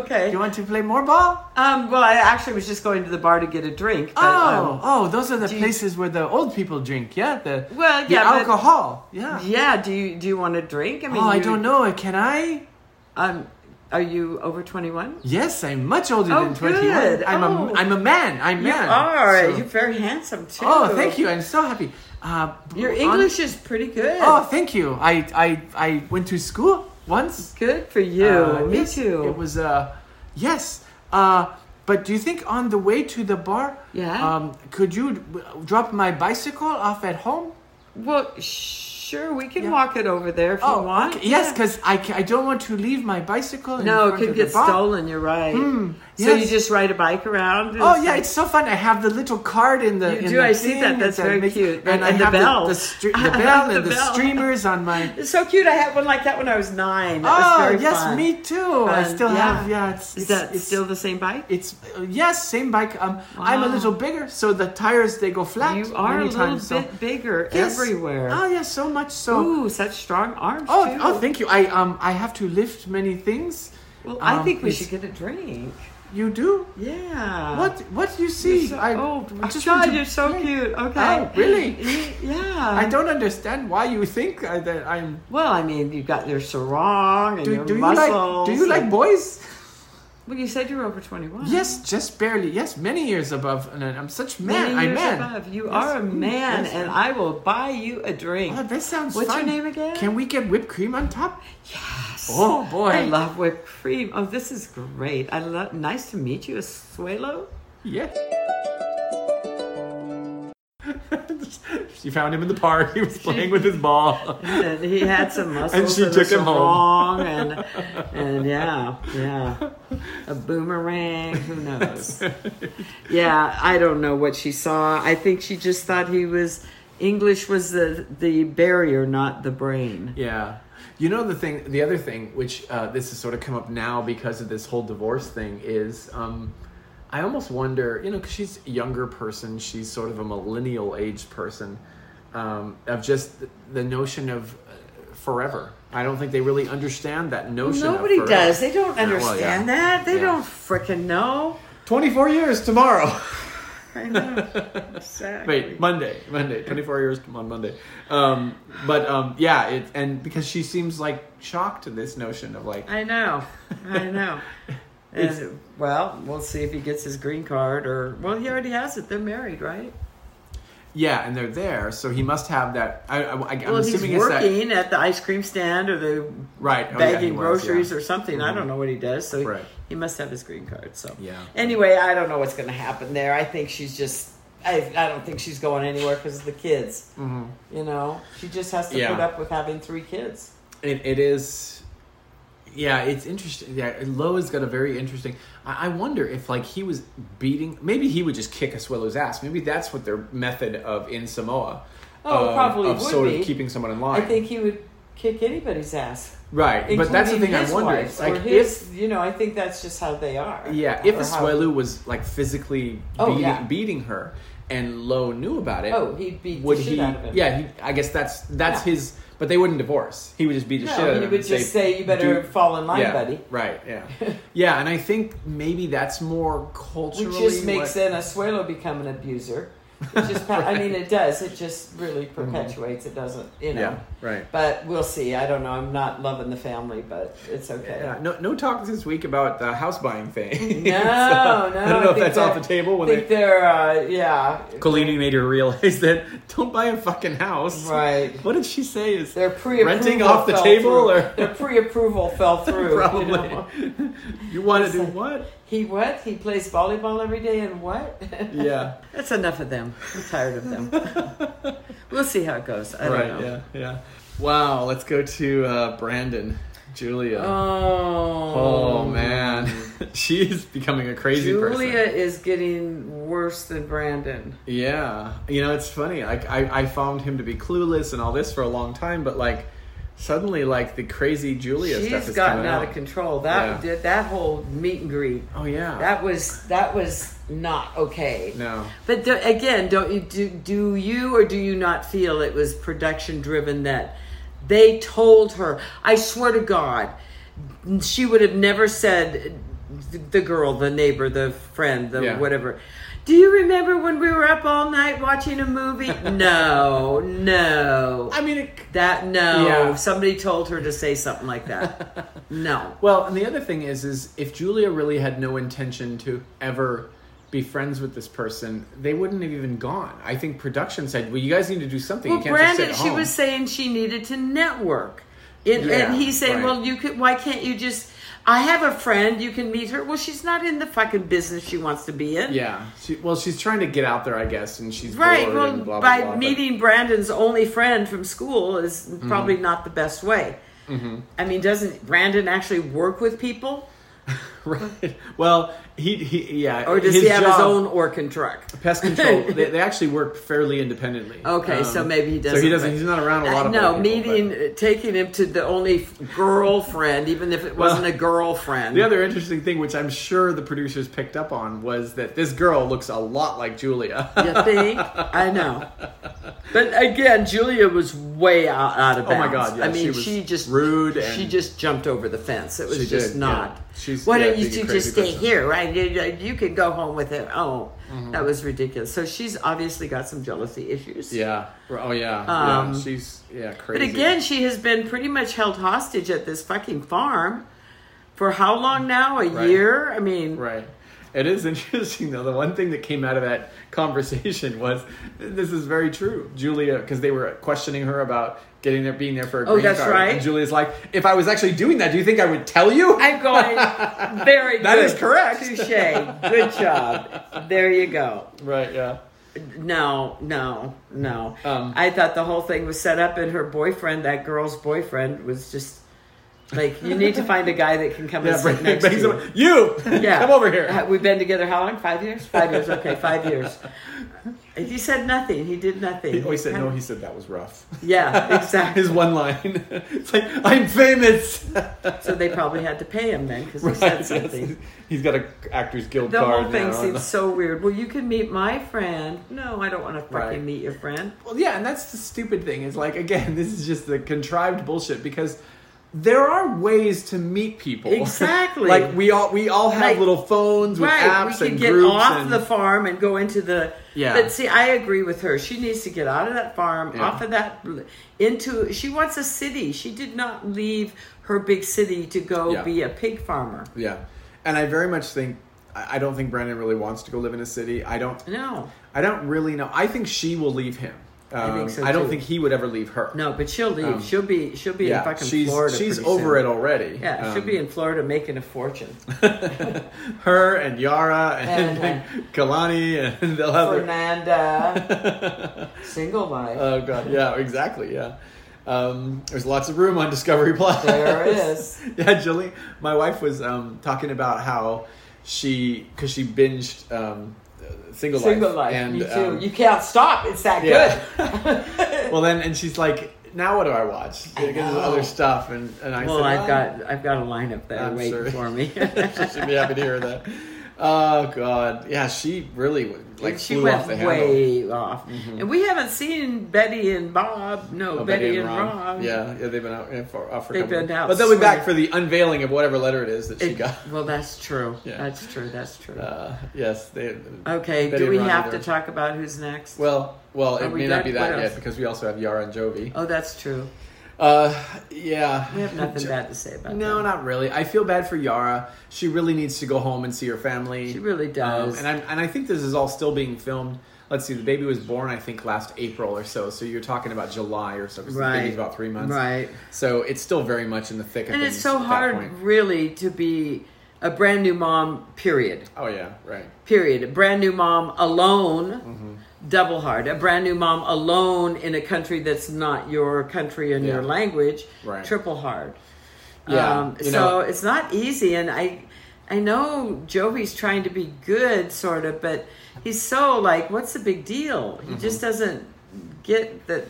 S2: Okay.
S1: want to play more ball?
S2: Um, well, I actually was just going to the bar to get a drink. But, um,
S1: oh, those are the
S2: you-
S1: where the old people drink. Yeah, the
S2: Well, yeah, but-
S1: alcohol. Yeah. Oh,
S2: yeah. Do you do you want a drink? I mean, you-
S1: know. Can I?
S2: Um, are you over twenty one?
S1: Yes, I'm much older
S2: Oh,
S1: than 21.
S2: good.
S1: I'm
S2: Oh.
S1: a I'm a man. I'm
S2: You
S1: man.
S2: are.
S1: So-
S2: You're very handsome too.
S1: Oh, thank you. I'm so happy. Uh, b-
S2: Your
S1: on-
S2: English is pretty good.
S1: oh, thank you. I I I went to school once.
S2: good for you.
S1: Uh,
S2: Me
S1: yes,
S2: too.
S1: It was uh yes. Uh but do you think on the way to the bar
S2: Yeah.
S1: um could you w- drop my bicycle off at home?
S2: well, sure, we can
S1: Yeah. Oh,
S2: walk it over there if you want.
S1: okay. yes,
S2: Yeah.
S1: cuz I ca- I don't want to leave my bicycle in
S2: no, it
S1: front
S2: could
S1: of the
S2: get
S1: bar.
S2: stolen. You're right. So
S1: yes.
S2: you just ride a bike around. and
S1: Oh
S2: it's
S1: yeah,
S2: like-
S1: it's so fun. I have the little card in the.
S2: You
S1: in
S2: do,
S1: the
S2: I see
S1: thing,
S2: that. That's
S1: it's a
S2: very
S1: mix-
S2: cute.
S1: And, I
S2: And the
S1: have
S2: bell.
S1: the, the, stre-
S2: I
S1: the
S2: have
S1: bell
S2: the
S1: and the,
S2: bell.
S1: streamers on my.
S2: It's so cute. I had one like that when I was nine. That was
S1: oh
S2: very
S1: yes,
S2: fun.
S1: me too. I
S2: Fun,
S1: still
S2: yeah.
S1: have yeah. It's,
S2: Is
S1: it's-
S2: that
S1: it's-
S2: still the same bike?
S1: It's uh, yes, same bike. Um, I'm a
S2: Wow.
S1: little bigger, so the tires they go flat.
S2: You are a
S1: many
S2: little
S1: times, so-
S2: bit bigger
S1: Yes.
S2: everywhere.
S1: Oh yes, so much so.
S2: Ooh, such strong arms
S1: Oh,
S2: too.
S1: oh, thank you. I um, I have to lift many things.
S2: well, I
S1: Um,
S2: think we
S1: it's-
S2: should get a drink.
S1: You do?
S2: Yeah.
S1: What? What do you
S2: Uh,
S1: see?
S2: You're so-
S1: I,
S2: oh,
S1: I just want
S2: God,
S1: to
S2: you're so
S1: play.
S2: cute. Okay.
S1: Oh, really?
S2: Yeah.
S1: I don't understand why you think I, that I'm.
S2: Well, I mean, you've got your sarong and
S1: Do,
S2: your
S1: do you like?
S2: muscles.
S1: Do you like
S2: and-
S1: boys?
S2: Well, you said you're over 21.
S1: Yes, just barely. Yes, many years above, and I'm such man.
S2: Many
S1: I'm
S2: years
S1: man.
S2: above. You
S1: Yes.
S2: are a
S1: Mm,
S2: man,
S1: yes.
S2: and I will buy you a drink.
S1: Oh, this sounds
S2: What's your
S1: fun.
S2: name again?
S1: Can we get whipped cream on top?
S2: Yes.
S1: Oh, boy.
S2: I love whipped cream. Oh, this is great. I love. Nice to meet you, Suelo.
S1: Yeah. she found him in the park. He was playing with his ball.
S2: And he had some muscles.
S1: she
S2: a
S1: took him home.
S2: sarong And, and yeah, yeah. A boomerang. Who knows? Yeah, I don't know what she saw. I think she just thought he was. English was the the barrier, not the brain.
S1: Yeah. You know the thing, the other thing, which uh, this has sort of come up now because of this whole divorce thing, is um, I almost wonder, you know, because she's a younger person, she's sort of a millennial age person, um, of just the, the notion of uh, forever. I don't think they really understand that notion. of
S2: Nobody
S1: forever.
S2: does. They don't
S1: Yeah, well,
S2: understand
S1: yeah.
S2: that. They
S1: Yeah.
S2: don't freaking know.
S1: Twenty-four years tomorrow.
S2: I know. Exactly.
S1: Wait, Monday, Monday, twenty-four years on Monday. Um, but um, yeah, it, and because she seems like shocked to this notion of like,
S2: I know. I know.
S1: It's-
S2: And, well, we'll see if he gets his green card or well, he already has it. They're married, right?
S1: Yeah, and they're there, so he must have that. I, I, am
S2: well, he's
S1: assuming it's that
S2: working at the ice cream stand or the
S1: right oh, yeah, he
S2: bagging
S1: was,
S2: groceries
S1: yeah. Mm-hmm.
S2: or something. I don't know what he does. So he-
S1: Right.
S2: he must have his green card. So
S1: Yeah.
S2: Anyway, I don't know what's going to happen there. I think she's just. I, I don't think she's going anywhere because of the kids.
S1: Mhm.
S2: You know, she just has to
S1: Yeah.
S2: put up with having three kids.
S1: It, it is. Yeah, it's interesting. Yeah, Lowe has got a very interesting. I, I wonder if like he was beating. Maybe he would just kick Asuelo's ass. Maybe that's what their method of in Samoa.
S2: Oh,
S1: of,
S2: probably
S1: of
S2: would
S1: sort
S2: be.
S1: of keeping someone in line.
S2: I think he would kick anybody's ass.
S1: Right, but that's the
S2: including
S1: thing I'm
S2: his
S1: wondering.
S2: wives
S1: Like,
S2: or
S1: if
S2: his, you know, I think that's just how they are.
S1: yeah, if
S2: Or how-
S1: Asuelu was like physically
S2: Oh,
S1: beating,
S2: yeah.
S1: beating her, and Lowe knew about it,
S2: Oh, he'd beat the
S1: would
S2: shit
S1: he?
S2: out of him.
S1: Yeah, he, I guess that's that's
S2: Yeah.
S1: his. But they wouldn't divorce. He would just beat the shit out of
S2: No,
S1: him.
S2: he
S1: and
S2: would just say, "You
S1: "Dude,
S2: better fall in line,
S1: yeah,
S2: buddy,"
S1: Right. Yeah. yeah, and I think maybe that's more culturally.
S2: which just makes
S1: what-
S2: then Asuelo become an abuser. It just, pa I mean, it does. It just really perpetuates. It doesn't, you know.
S1: Mm-hmm. Yeah. Right.
S2: But we'll see. I don't know. I'm not loving the family, but it's okay.
S1: Yeah, no, no talk this week about the house buying thing.
S2: No,
S1: So,
S2: no.
S1: I don't know if
S2: think
S1: that's off
S2: they're-
S1: the table. When
S2: I think
S1: they,
S2: they're, uh, yeah,
S1: Colleen made her realize that don't buy a fucking house.
S2: right.
S1: What did she say? Is
S2: Their pre-approval
S1: Renting off the
S2: fell
S1: table,
S2: through.
S1: or-
S2: their pre-approval fell through. you
S1: probably
S2: know.
S1: you want to
S2: It's
S1: do
S2: like-
S1: what?
S2: He what? He plays volleyball every day, and what?
S1: Yeah.
S2: That's enough of them. I'm tired of them. we'll see how it goes. I
S1: right.
S2: don't know.
S1: Yeah. Yeah. Wow. Let's go to uh, Brandon, Julia.
S2: Oh,
S1: oh man, she is becoming a crazy person.
S2: Julia is getting worse than Brandon.
S1: Yeah, you know it's funny. Like I, I found him to be clueless and all this for a long time, but like suddenly, like the crazy Julia stuff
S2: She's
S1: is
S2: gotten
S1: coming
S2: out
S1: out.
S2: of control. That
S1: Yeah.
S2: that whole meet and greet.
S1: Oh yeah.
S2: That was that was not okay.
S1: no.
S2: But do, again, don't you do, do you or do you not feel it was production driven that they told her? I swear to God, she would have never said the, the girl, the neighbor, the friend, the
S1: Yeah.
S2: whatever. Do you remember when we were up all night watching a movie? No, no.
S1: I mean, it,
S2: That no.
S1: Yeah.
S2: Somebody told her to say something like that. no.
S1: Well, and the other thing is, is if Julia really had no intention to ever be friends with this person, they wouldn't have even gone. I think production said, "Well, you guys need to do something.
S2: Well,
S1: you can't
S2: Brandon,
S1: just sit
S2: she
S1: at home."
S2: was saying she needed to network, it,
S1: Yeah,
S2: and he's saying,
S1: right.
S2: "Well, you could. Why can't you just? I have a friend. You can meet her. Well, she's not in the fucking business she wants to be in.
S1: yeah. She, well, she's trying to get out there, I guess, and she's
S2: Right.
S1: bored
S2: Well,
S1: and blah, blah,
S2: by
S1: blah, but- Mm-hmm.
S2: meeting Brandon's only friend from school is probably not the best way. I mean, doesn't Brandon actually work with people,
S1: right. Well, he, he yeah.
S2: or does he have his
S1: job-
S2: own Orkin truck?
S1: Pest control. they, they actually work fairly independently. Um,
S2: Okay, so maybe he
S1: So he
S2: doesn't,
S1: doesn't.
S2: but-
S1: He's not around a lot
S2: Uh,
S1: of.
S2: no,
S1: other people,
S2: meeting,
S1: but-
S2: taking him to the only f- girlfriend, even if it
S1: Well,
S2: wasn't a girlfriend.
S1: The other interesting thing, which I'm sure the producers picked up on, was that this girl looks a lot like Julia.
S2: You think? I know. But again, Julia was way out, out of
S1: Oh
S2: bounds.
S1: my God, yeah,
S2: I mean,
S1: she
S2: she,
S1: was
S2: just
S1: rude and-
S2: she just jumped over the fence. It was
S1: She
S2: just
S1: did,
S2: not.
S1: yeah. She's-
S2: Why
S1: yeah,
S2: don't you
S1: being a
S2: two
S1: crazy
S2: just stay
S1: person.
S2: here? Right? You, you could go home with him. Oh,
S1: Mm-hmm.
S2: that was ridiculous. So she's obviously got some jealousy issues.
S1: yeah. Oh yeah. yeah.
S2: Um,
S1: She's yeah
S2: But
S1: crazy.
S2: again, she has been pretty much held hostage at this fucking farm for how long now? A
S1: Right.
S2: year? I mean,
S1: Right. It is interesting though. The one thing that came out of that conversation was this is very true. Julia, because they were questioning her about getting there, being there for a
S2: Oh,
S1: green
S2: that's
S1: card.
S2: right.
S1: And Julia's like, if I was actually doing that, do you think I would tell you?
S2: I'm going very
S1: That
S2: good.
S1: is correct.
S2: Touche. Good job. There you go.
S1: right. Yeah.
S2: No, no, no.
S1: Um,
S2: I thought the whole thing was set up, and her boyfriend, that girl's boyfriend, was just like, you need to find a guy that can come
S1: Yeah.
S2: and sit
S1: Bring,
S2: next
S1: bring
S2: to you.
S1: someone- you.
S2: Yeah,
S1: Come over here.
S2: Uh, we've been together how long? Five years. Five years. Okay, five years. He said nothing. He did nothing.
S1: He always said no. He said that was rough.
S2: Yeah, exactly.
S1: His one line. it's like I'm famous.
S2: so they probably had to pay him then because he said
S1: Right,
S2: something.
S1: yes. He's got a Actors Guild
S2: The
S1: card
S2: whole thing
S1: now.
S2: seems so weird. Well, you can meet my friend. No, I don't want to fucking
S1: Right.
S2: meet your friend.
S1: Well, yeah, and that's the stupid thing is like again, this is just the contrived bullshit because there are ways to meet people.
S2: Exactly.
S1: like we all we all have
S2: Like-
S1: little phones with
S2: right, we
S1: apps
S2: can
S1: and
S2: get
S1: groups
S2: off
S1: and
S2: the farm and go into the.
S1: Yeah.
S2: But see, I agree with her. She needs to get out of that farm,
S1: Yeah.
S2: off of that, into. She wants a city. She did not leave her big city to go
S1: Yeah.
S2: be a pig farmer.
S1: yeah. And I very much think I I don't think Brandon really wants to go live in a city. I don't.
S2: No,
S1: I don't really know. I think she will leave him. Um,
S2: think so,
S1: don't
S2: too.
S1: think he would ever leave her.
S2: no, but she'll leave.
S1: Um,
S2: she'll be. She'll be in
S1: Yeah,
S2: fucking
S1: she's
S2: Florida.
S1: she's
S2: pretty
S1: over
S2: soon.
S1: it already.
S2: Yeah, she'll
S1: Um,
S2: be in Florida making a fortune.
S1: her and Yara and,
S2: And, uh,
S1: Kalani and they'll have their-
S2: Fernanda, single life.
S1: Oh god, yeah, exactly, yeah. Um, there's lots of room on Discovery Plus.
S2: There is.
S1: yeah, Julie. My wife was um, talking about how she because she binged um, uh, Single,
S2: single
S1: Life.
S2: life.
S1: and
S2: Me too.
S1: um,
S2: you can't stop. It's that
S1: yeah.
S2: good.
S1: well, then, and she's like, now what do I watch?
S2: I
S1: Because of
S2: know.
S1: other stuff, and, and I
S2: well,
S1: said,
S2: I've
S1: "Oh,
S2: got I've got a lineup there
S1: I'm
S2: waiting
S1: sorry."
S2: for me.
S1: She'd be happy to hear that. Oh God, yeah, she really w- like
S2: she
S1: flew
S2: went
S1: off the handle. Mm-hmm.
S2: way off, and we haven't seen Betty and Bob. No,
S1: Oh,
S2: Betty, and Rob.
S1: Yeah, yeah, they've been out in for, out for a
S2: They've
S1: couple-
S2: been out
S1: but they'll be back
S2: swinging.
S1: for the unveiling of whatever letter it is that she
S2: It-
S1: got.
S2: well, that's true.
S1: Yeah.
S2: That's true. That's true.
S1: Uh, yes, they.
S2: okay,
S1: Betty
S2: do we
S1: and Ron
S2: have
S1: are
S2: to
S1: there.
S2: talk about who's next?
S1: Well, well,
S2: Are
S1: it
S2: we
S1: may not
S2: done?
S1: be that
S2: What
S1: yet
S2: else?
S1: because we also have Yara and Jovi.
S2: oh, that's true.
S1: Uh, yeah,
S2: We have nothing bad to say about
S1: No,
S2: that.
S1: not really. I feel bad for Yara. She really needs to go home and see her family. Um,
S2: She really does.
S1: and I'm, and I think this is all still being filmed. Let's see. The baby was born, I think, last April or so. So you're talking about July or so. Because the
S2: Right.
S1: baby's about three months.
S2: Right.
S1: So it's still very much in the thick of
S2: And
S1: things.
S2: it's so
S1: at that
S2: hard,
S1: point.
S2: really, to be a brand new mom. Period.
S1: Oh yeah, right.
S2: Period. A brand new mom alone.
S1: Mm-hmm.
S2: Double hard. A brand new mom alone in a country that's not your country and your
S1: Yeah.
S2: language.
S1: Right.
S2: Triple hard.
S1: Yeah,
S2: Um,
S1: you
S2: so
S1: know-
S2: it's not easy, and I, I know Jovi's trying to be good, sort of, but he's so like, what's the big deal? He just
S1: Mm-hmm.
S2: doesn't get that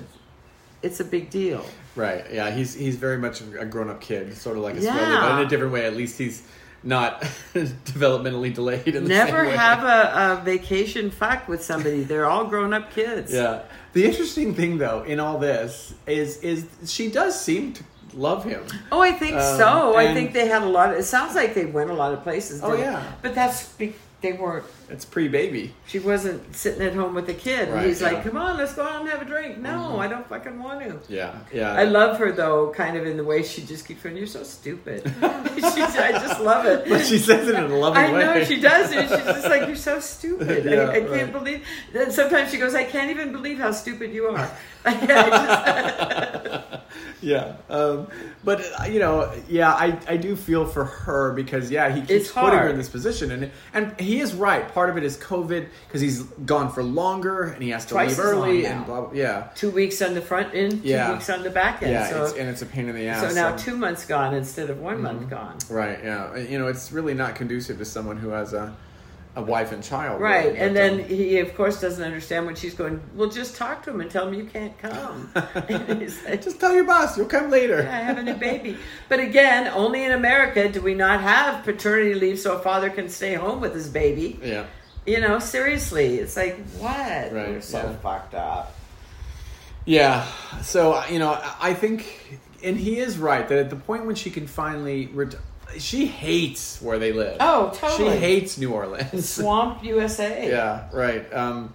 S2: it's a big deal.
S1: Right. Yeah. He's he's very much a grown up kid, sort of like a
S2: Yeah.
S1: Scully, but in a different way. At least he's not developmentally delayed. In the
S2: Never
S1: same way.
S2: have a, a vacation fuck with somebody. They're all grown up kids.
S1: Yeah. The interesting thing, though, in all this is is she does seem to love him.
S2: Oh, I think
S1: Um,
S2: so. I
S1: and-
S2: think they had a lot. Of, it sounds like they went a lot of places.
S1: Oh,
S2: didn't-
S1: yeah.
S2: but that's be- they weren't.
S1: It's pre baby.
S2: She wasn't sitting at home with a kid.
S1: Right,
S2: He's
S1: yeah. Mm-hmm.
S2: like, "Come on, let's go out and have a drink." No, I don't fucking want to.
S1: Yeah. Yeah.
S2: I love her though, kind of in the way she just keeps going, "You're so stupid." She's- I just love it.
S1: But she says it in a loving
S2: I
S1: way.
S2: know she does it. She's just like, "You're so stupid."
S1: Yeah,
S2: I, I can't
S1: right.
S2: believe. Then sometimes she goes, "I can't even believe how stupid you are." I just-
S1: Yeah. Um, but uh, you know, yeah, I, I do feel for her because yeah, he keeps
S2: It's
S1: putting her
S2: hard.
S1: in this position, and and he is right. Part of it is COVID because he's gone for longer and he has to
S2: Twice
S1: leave
S2: as
S1: early
S2: long
S1: and
S2: now.
S1: blah, blah yeah.
S2: two weeks on the front end, two
S1: Yeah.
S2: weeks on the back end.
S1: Yeah,
S2: so
S1: it's, and Mm-hmm. it's a pain in the ass.
S2: so now
S1: so-
S2: two months gone instead of one month gone.
S1: Right. Yeah. uh, You know, it's really not conducive to someone who has a a wife and child.
S2: Right,
S1: really,
S2: and
S1: but, um,
S2: then he, of course, doesn't understand when she's going. Well, just talk to him and tell him you can't come. And he's like,
S1: um, Just tell your boss, you'll come later.
S2: I have a new baby. But again, only in America do we not have paternity leave so a father can stay home with his baby.
S1: Yeah.
S2: You know, seriously, it's like what?
S1: Right,
S2: We're so
S1: yeah.
S2: fucked up.
S1: Yeah. So, uh, you know, I- I think, and he is right that at the point when she can finally, ret- she hates where they live.
S2: Oh, totally.
S1: She hates New Orleans.
S2: Swamp USA.
S1: yeah. Right. Um,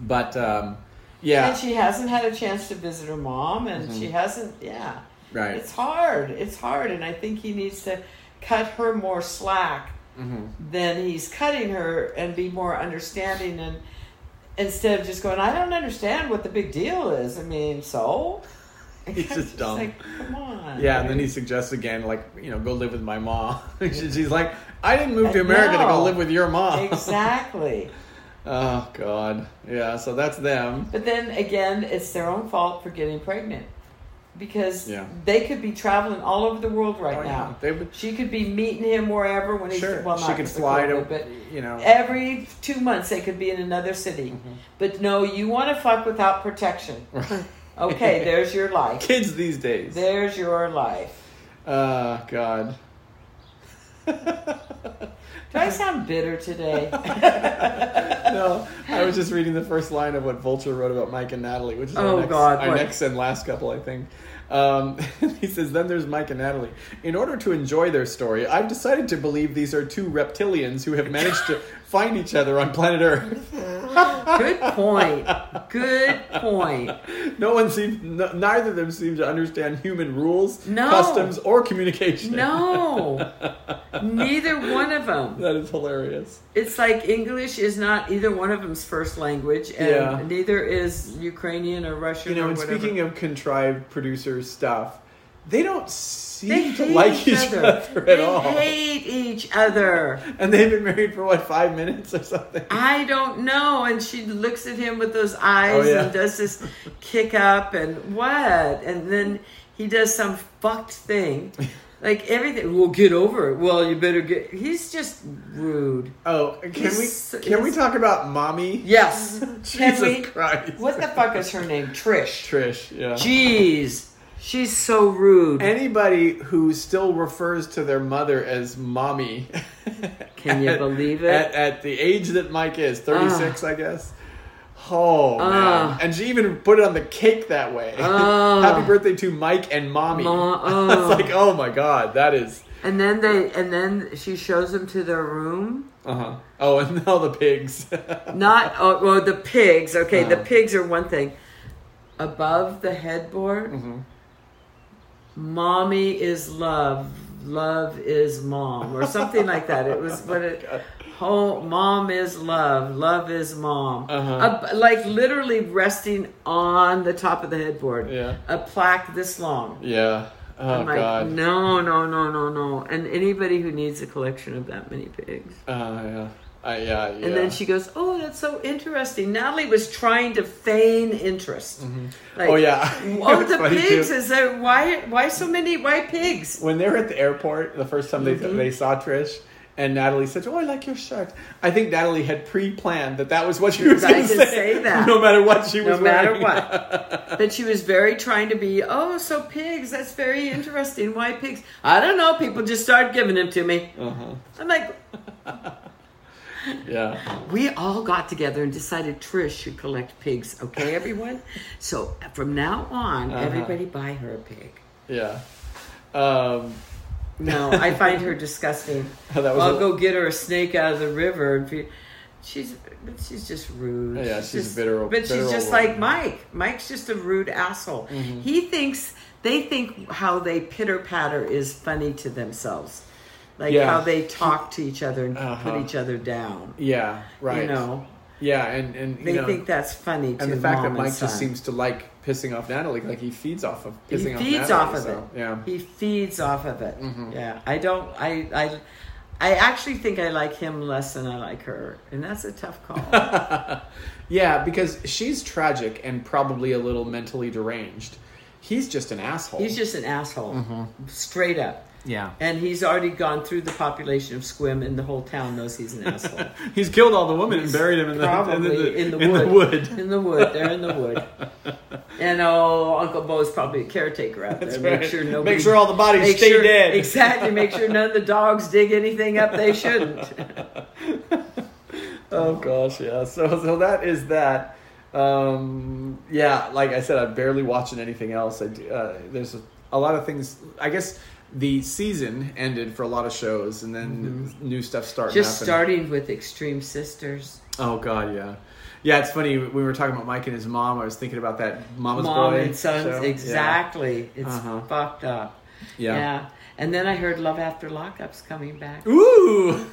S1: but, um, yeah. Mm-hmm.
S2: And she hasn't had a chance to visit her mom, and she hasn't. Yeah.
S1: Right.
S2: It's hard. It's hard, and I think he needs to cut her more slack
S1: mm-hmm.
S2: than he's cutting her, and be more understanding, and instead of just going, I don't understand what the big deal is. I mean, so.
S1: He's just dumb.
S2: Like, Come on.
S1: yeah, and then he suggests again, like, you know, go live with my mom. She- She's like, I didn't move to
S2: I
S1: America to go
S2: know.
S1: live with your mom.
S2: exactly.
S1: Oh, God. Yeah, so that's them.
S2: But then again, it's their own fault for getting pregnant because
S1: Yeah.
S2: they could be traveling all over the world right
S1: Oh, yeah.
S2: now.
S1: They would-
S2: she could be meeting him wherever when he's
S1: Sure.
S2: well,
S1: she
S2: not
S1: could
S2: with the
S1: fly to,
S2: COVID, but
S1: you know.
S2: every two months they could be in another city.
S1: Mm-hmm.
S2: But no, you want to fuck without protection. Okay, there's your life.
S1: Kids these days.
S2: There's your life.
S1: Oh, God.
S2: Do I sound bitter today?
S1: no, I was just reading the first line of what Vulture wrote about Mike and Natalie, which is our,
S2: Oh,
S1: next,
S2: God,
S1: our
S2: what?
S1: next and last couple, I think. Um, he says, Then there's Mike and Natalie. In order to enjoy their story, I've decided to believe these are two reptilians who have managed to find each other on planet Earth.
S2: Good point. Good point.
S1: No one seems, n- neither of them seem to understand human rules,
S2: No.
S1: customs, or communication.
S2: No, neither one of them.
S1: That is hilarious.
S2: It's like English is not either one of them's first language, and
S1: Yeah.
S2: neither is Ukrainian or Russian
S1: You know,
S2: or
S1: and
S2: whatever.
S1: speaking of contrived producer stuff, they don't seem
S2: they
S1: to
S2: hate
S1: like
S2: each, other,
S1: at
S2: they
S1: all.
S2: hate each other.
S1: And they've been married for what five minutes or something.
S2: I don't know. And she looks at him with those eyes
S1: Oh, yeah.
S2: and does this kick up and what? And then he does some fucked thing Like everything, we'll get over it. Well, you better get. He's just rude.
S1: Oh, can
S2: He's-
S1: we can we
S2: he's-
S1: talk about mommy?
S2: Yes.
S1: Jesus
S2: Can we-
S1: Christ.
S2: What the fuck is her name? Trish.
S1: Trish, yeah.
S2: Jeez, she's so rude.
S1: Anybody who still refers to their mother as mommy.
S2: Can you
S1: at-
S2: believe it? Ah.
S1: At, at the age that Mike is, 36, I guess. Oh,
S2: Ugh.
S1: man. And she even put it on the cake that way.
S2: Ugh.
S1: Happy birthday to Mike and mommy.
S2: Ah. Ma-
S1: it's
S2: ugh.
S1: like, oh my God, that is.
S2: and then they, and then she shows him to their room.
S1: Uh huh. Oh, and all the pigs.
S2: Not oh, well, the pigs. Okay, the
S1: Uh-huh.
S2: pigs are one thing. Above the headboard,
S1: Mhm.
S2: mommy is love, love is mom, or something like that. It was what it. Oh, mom is love, love is mom.
S1: Uh-huh.
S2: Ab- like literally resting on the top of the headboard.
S1: Yeah.
S2: A plaque this long.
S1: yeah. Oh,
S2: I'm like,
S1: God.
S2: no, no, no, no, no. And anybody who needs a collection of that many pigs.
S1: Uh, yeah. I yeah, yeah.
S2: And then she goes, "Oh, that's so interesting." Natalie was trying to feign interest. Like,
S1: Oh yeah.
S2: Oh,
S1: It's
S2: the
S1: funny, too.
S2: pigs is there? Why? Why so many? Why pigs?
S1: when they were at the airport the first time they
S2: Mm-hmm.
S1: they saw Trish and Natalie said, "Oh, I like your shirt." I think Natalie had pre-planned that that was what she was
S2: I
S1: going to
S2: did
S1: say,
S2: say that.
S1: no matter what she
S2: No
S1: was
S2: matter
S1: wearing.
S2: what. But she was very trying to be. Oh, so pigs? That's very interesting. Why pigs? I don't know. People just started giving them to me.
S1: Uh-huh.
S2: I'm like,
S1: Yeah.
S2: we all got together and decided Trish should collect pigs. Okay, everyone. so from now on,
S1: Uh-huh.
S2: everybody buy her a pig.
S1: Yeah. Um,
S2: No, I find her disgusting.
S1: that was
S2: I'll
S1: a-
S2: go get her a snake out of the river and feed. She's but she's just rude.
S1: Yeah, she's a
S2: just,
S1: bitter old-
S2: But she's
S1: bitter old
S2: just
S1: woman. Mm-hmm.
S2: like Mike. Mike's just a rude asshole. He thinks they think how they pitter patter is funny to themselves, like
S1: Yeah.
S2: how they talk to each other and
S1: Uh-huh.
S2: put each other down.
S1: yeah. Right.
S2: You know,
S1: Yeah, and and you
S2: they
S1: know,
S2: think that's funny. to
S1: and the fact
S2: mom
S1: that Mike
S2: son.
S1: just seems to like pissing off Natalie, like he feeds off of
S2: he
S1: pissing off.
S2: feeds
S1: Natalie,
S2: off of
S1: so,
S2: it.
S1: Yeah. Mm-hmm.
S2: he feeds off of it. Yeah, I don't. I I I actually think I like him less than I like her, and that's a tough call.
S1: yeah, because she's tragic and probably a little mentally deranged. He's just an asshole.
S2: he's just an asshole,
S1: Mm-hmm.
S2: straight up.
S1: yeah.
S2: And he's already gone through the population of Squim, and the whole town knows he's an asshole.
S1: He's killed all the women and buried him in the, in
S2: Probably
S1: the,
S2: in the,
S1: in the
S2: wood.
S1: wood.
S2: In the wood. They're in the wood. And oh, Uncle Bo's probably a caretaker out there.
S1: That's
S2: make
S1: right.
S2: sure
S1: Make
S2: nobody.
S1: sure all the bodies
S2: make
S1: stay
S2: sure-
S1: dead.
S2: Exactly. Make sure none of the dogs dig anything up they shouldn't.
S1: Oh gosh, yeah. So so that is that. Um, yeah, like I said, I'm barely watching anything else. I do, uh, there's a, a lot of things. I guess the season ended for a lot of shows, and then new stuff starting.
S2: Mm-hmm. Just
S1: up and-
S2: starting with Extreme Sisters.
S1: Oh God, yeah, yeah. It's funny we were talking about Mike and his mom. I was thinking about that Mama's
S2: Mom
S1: Boy
S2: and Sons.
S1: show. Yeah.
S2: Exactly. It's
S1: Uh-huh.
S2: fucked up.
S1: Yeah.
S2: And then I heard Love After Lockup's coming back.
S1: Ooh,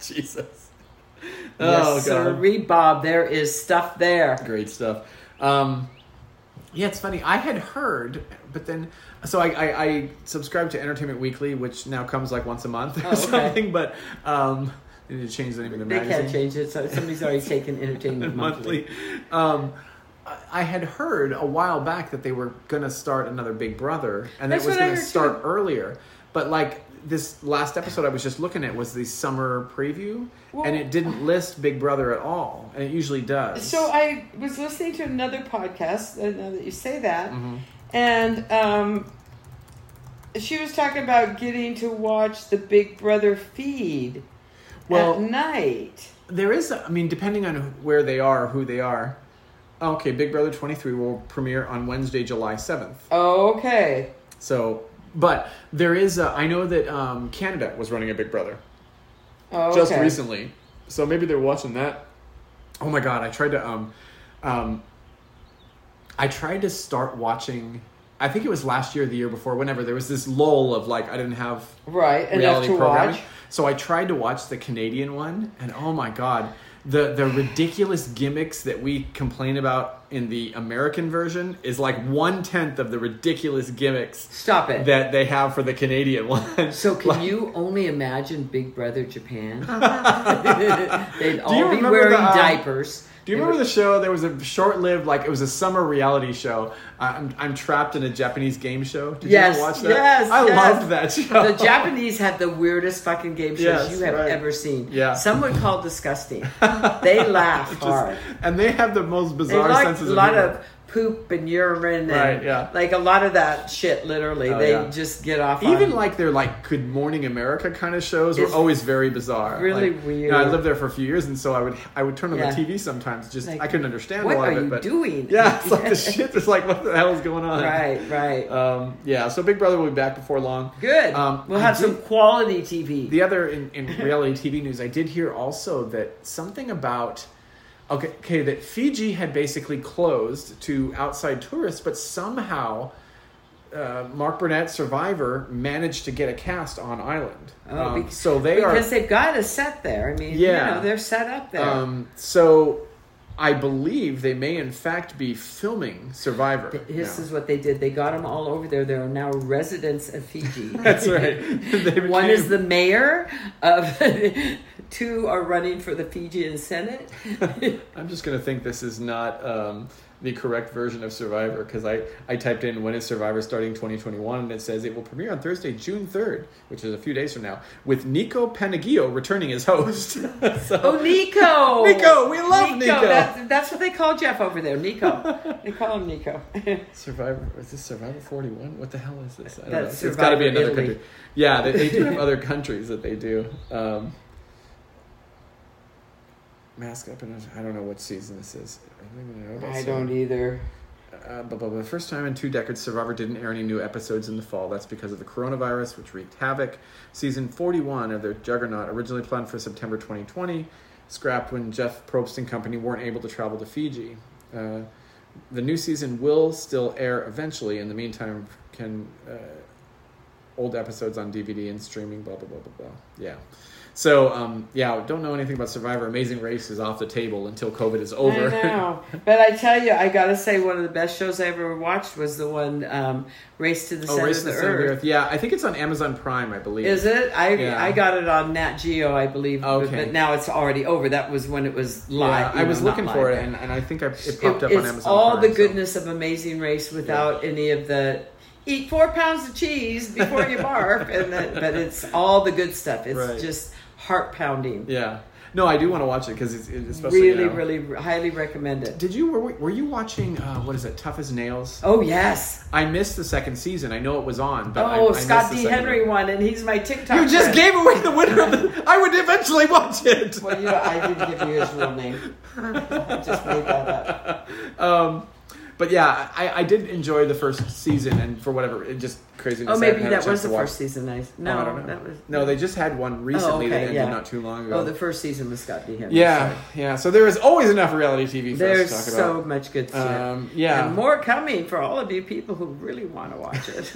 S1: Jesus. Oh
S2: yes,
S1: God.
S2: sirree, Bob. There is stuff there.
S1: great stuff. Um, yeah, it's funny. I had heard, but then so I, I, I subscribe to Entertainment Weekly, which now comes like once a month or
S2: Oh, okay.
S1: something. But um, they need to change the name of the
S2: They
S1: magazine.
S2: can't change it. So somebody's already taken Entertainment Monthly.
S1: monthly. Um, I- I had heard a while back that they were going to start another Big Brother, and that
S2: That's
S1: it was
S2: what I
S1: going to
S2: heard,
S1: start earlier. But like this last episode, I was just looking at was the summer preview, and it didn't list Big Brother at all, and it usually does.
S2: So I was listening to another podcast. uh, Now that you say that,
S1: Mm-hmm.
S2: and um, she was talking about getting to watch the Big Brother feed
S1: Well-
S2: at night.
S1: There is, I mean, depending on where they are, who they are. Okay, Big Brother 23 will premiere on Wednesday, July 7th.
S2: Okay.
S1: So, but there is, a, I know that um, Canada was running a Big Brother
S2: Oh, okay.
S1: just recently. So maybe they're watching that. Oh my God, I tried to, um, um, I tried to start watching, I think it was last year, or the year before, whenever there was this lull of like, I didn't have
S2: Right. Enough
S1: reality
S2: to
S1: programming.
S2: watch.
S1: So I tried to watch the Canadian one, and oh my god, the the ridiculous gimmicks that we complain about in the American version is like one tenth of the ridiculous gimmicks
S2: Stop it.
S1: that they have for the Canadian one.
S2: so can
S1: Like,
S2: you only imagine Big Brother Japan? They'd
S1: you
S2: all be
S1: remember
S2: wearing
S1: the, um,
S2: diapers.
S1: Do you remember the show? There was a short-lived, like it was a summer reality show. I'm, I'm trapped in a Japanese game show. Did
S2: Yes,
S1: you ever watch that?
S2: yes,
S1: I
S2: yes.
S1: loved that show.
S2: The Japanese have the weirdest fucking game shows
S1: Yes,
S2: you have
S1: right.
S2: ever seen.
S1: Yeah.
S2: Some would call disgusting. they laugh
S1: Just-
S2: hard.
S1: and they have the most
S2: They
S1: bizarre
S2: like a
S1: senses
S2: lot
S1: humor.
S2: of poop and urine and
S1: Right, yeah.
S2: like a lot of that shit. Literally,
S1: Oh,
S2: they
S1: yeah.
S2: just get off.
S1: Even
S2: on.
S1: like their like Good Morning America kind of shows were
S2: It's
S1: always very bizarre.
S2: really
S1: Like, you know, I
S2: weird.
S1: lived there for a few years, and so I would I would turn on
S2: Yeah.
S1: the TV sometimes. Just
S2: Like,
S1: I couldn't understand
S2: what
S1: a lot
S2: are
S1: of it.
S2: you
S1: but
S2: doing?
S1: yeah, it's like the shit. It's like what the hell is going on?
S2: right, right.
S1: Um, yeah. So Big Brother will be back before long.
S2: Good.
S1: Um,
S2: we'll
S1: I
S2: have
S1: did-
S2: some quality TV.
S1: The other in, in reality TV news, I did hear also that something about okay, okay, that Fiji had basically closed to outside tourists, but somehow uh, Mark Burnett Survivor managed to get a cast on island. Um,
S2: bec-
S1: so they
S2: Oh, because
S1: are
S2: they've got a set there. I mean, you
S1: Yeah.
S2: know, they're set up there.
S1: um, so I believe they may in fact be filming Survivor.
S2: this
S1: now.
S2: is what they did. They got them all over there. There are now residents of Fiji.
S1: That's right. They
S2: One is
S1: became-
S2: the mayor of. two are running for the Fijian Senate.
S1: I'm just gonna think this is not um, the correct version of Survivor because I, I typed in when is Survivor starting 2021 and it says it will premiere on Thursday, June 3rd, which is a few days from now, with Nico Panagio returning as host.
S2: oh,
S1: so,
S2: Nico!
S1: Nico, we love Nico.
S2: That's, that's what they call Jeff over there, Nico. they call him Nico.
S1: Survivor is this Survivor 41? What the hell is this? I don't
S2: That's
S1: know. It's got to be
S2: Survivor
S1: another
S2: Italy.
S1: country. Yeah, they, they do have other countries that they do. Um, mask up and I don't know what season this is. I don't even know what
S2: I
S1: season.
S2: don't either.
S1: Uh, blah, blah, blah. First time in two decades, Survivor didn't air any new episodes in the fall. That's because of the coronavirus, which wreaked havoc. Season 41 of their juggernaut, originally planned for September 2020, scrapped when Jeff Probst and company weren't able to travel to Fiji. Uh, the new season will still air eventually. In the meantime, can uh, old episodes on DVD and streaming, blah, blah, blah, blah, blah. Yeah. So, um, yeah, don't know anything about Survivor. Amazing Race is off the table until COVID is over.
S2: I know, but I tell you, I gotta say, one of the best shows I ever watched was the one um, Race to the
S1: Oh,
S2: Center
S1: Race
S2: of
S1: to
S2: the
S1: the Center of the
S2: Earth.
S1: Earth. Yeah, I think it's on Amazon Prime, I believe.
S2: Is it? I
S1: Yeah.
S2: I got it on Nat Geo, I believe. but-
S1: Okay.
S2: But now it's already over. That was when it was
S1: Yeah,
S2: live.
S1: I
S2: you
S1: was
S2: know,
S1: looking
S2: not
S1: for
S2: live.
S1: it, and, and I think I, it
S2: It-
S1: popped up on
S2: it's
S1: Amazon.
S2: all
S1: Prime,
S2: the
S1: so-
S2: goodness of Amazing Race without any of the eat four pounds of cheese before you barf, and the, but it's all the good stuff. It's
S1: Right.
S2: just heart pounding.
S1: Yeah. No, I do want to watch it because it's it- especially.
S2: really,
S1: you know-
S2: really, highly recommend it.
S1: Did you were, we- were you watching uh, what is it? Tough as Nails.
S2: Oh yes.
S1: I missed the second season. I know it was on, but I- I,
S2: Oh,
S1: missed
S2: Scott
S1: the
S2: D.
S1: second
S2: Henry
S1: one.
S2: won, and he's my TikTok.
S1: You just
S2: friend.
S1: gave away the winner. Of the, I would eventually watch it.
S2: Well, you know, I didn't give you his real name. I just made that up.
S1: um, but yeah, I, I did enjoy the first season, and for whatever, it just craziness.
S2: Oh,
S1: I haven't
S2: maybe
S1: had a
S2: that
S1: chance
S2: was
S1: to
S2: the
S1: watch.
S2: first season. I
S1: Oh,
S2: no,
S1: I don't know.
S2: that was Oh,
S1: no. They just had one recently that
S2: okay,
S1: ended
S2: yeah.
S1: not too long ago.
S2: Oh, the first season was Scott D. Henry.
S1: Yeah,
S2: sorry.
S1: yeah. So there is always enough reality TV for
S2: There's
S1: us to talk
S2: so
S1: about.
S2: much good shit.
S1: Um, yeah.
S2: And more coming for all of you people who really want to watch it.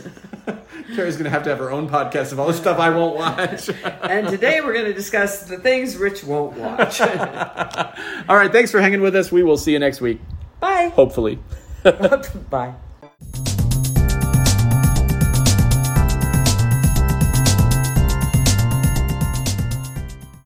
S1: Carrie's gonna have to have her own podcast of all the stuff I won't watch.
S2: and today we're going to discuss the things Rich won't watch.
S1: all right, thanks for hanging with us. We will see you next week,
S2: Bye.
S1: hopefully.
S2: Bye.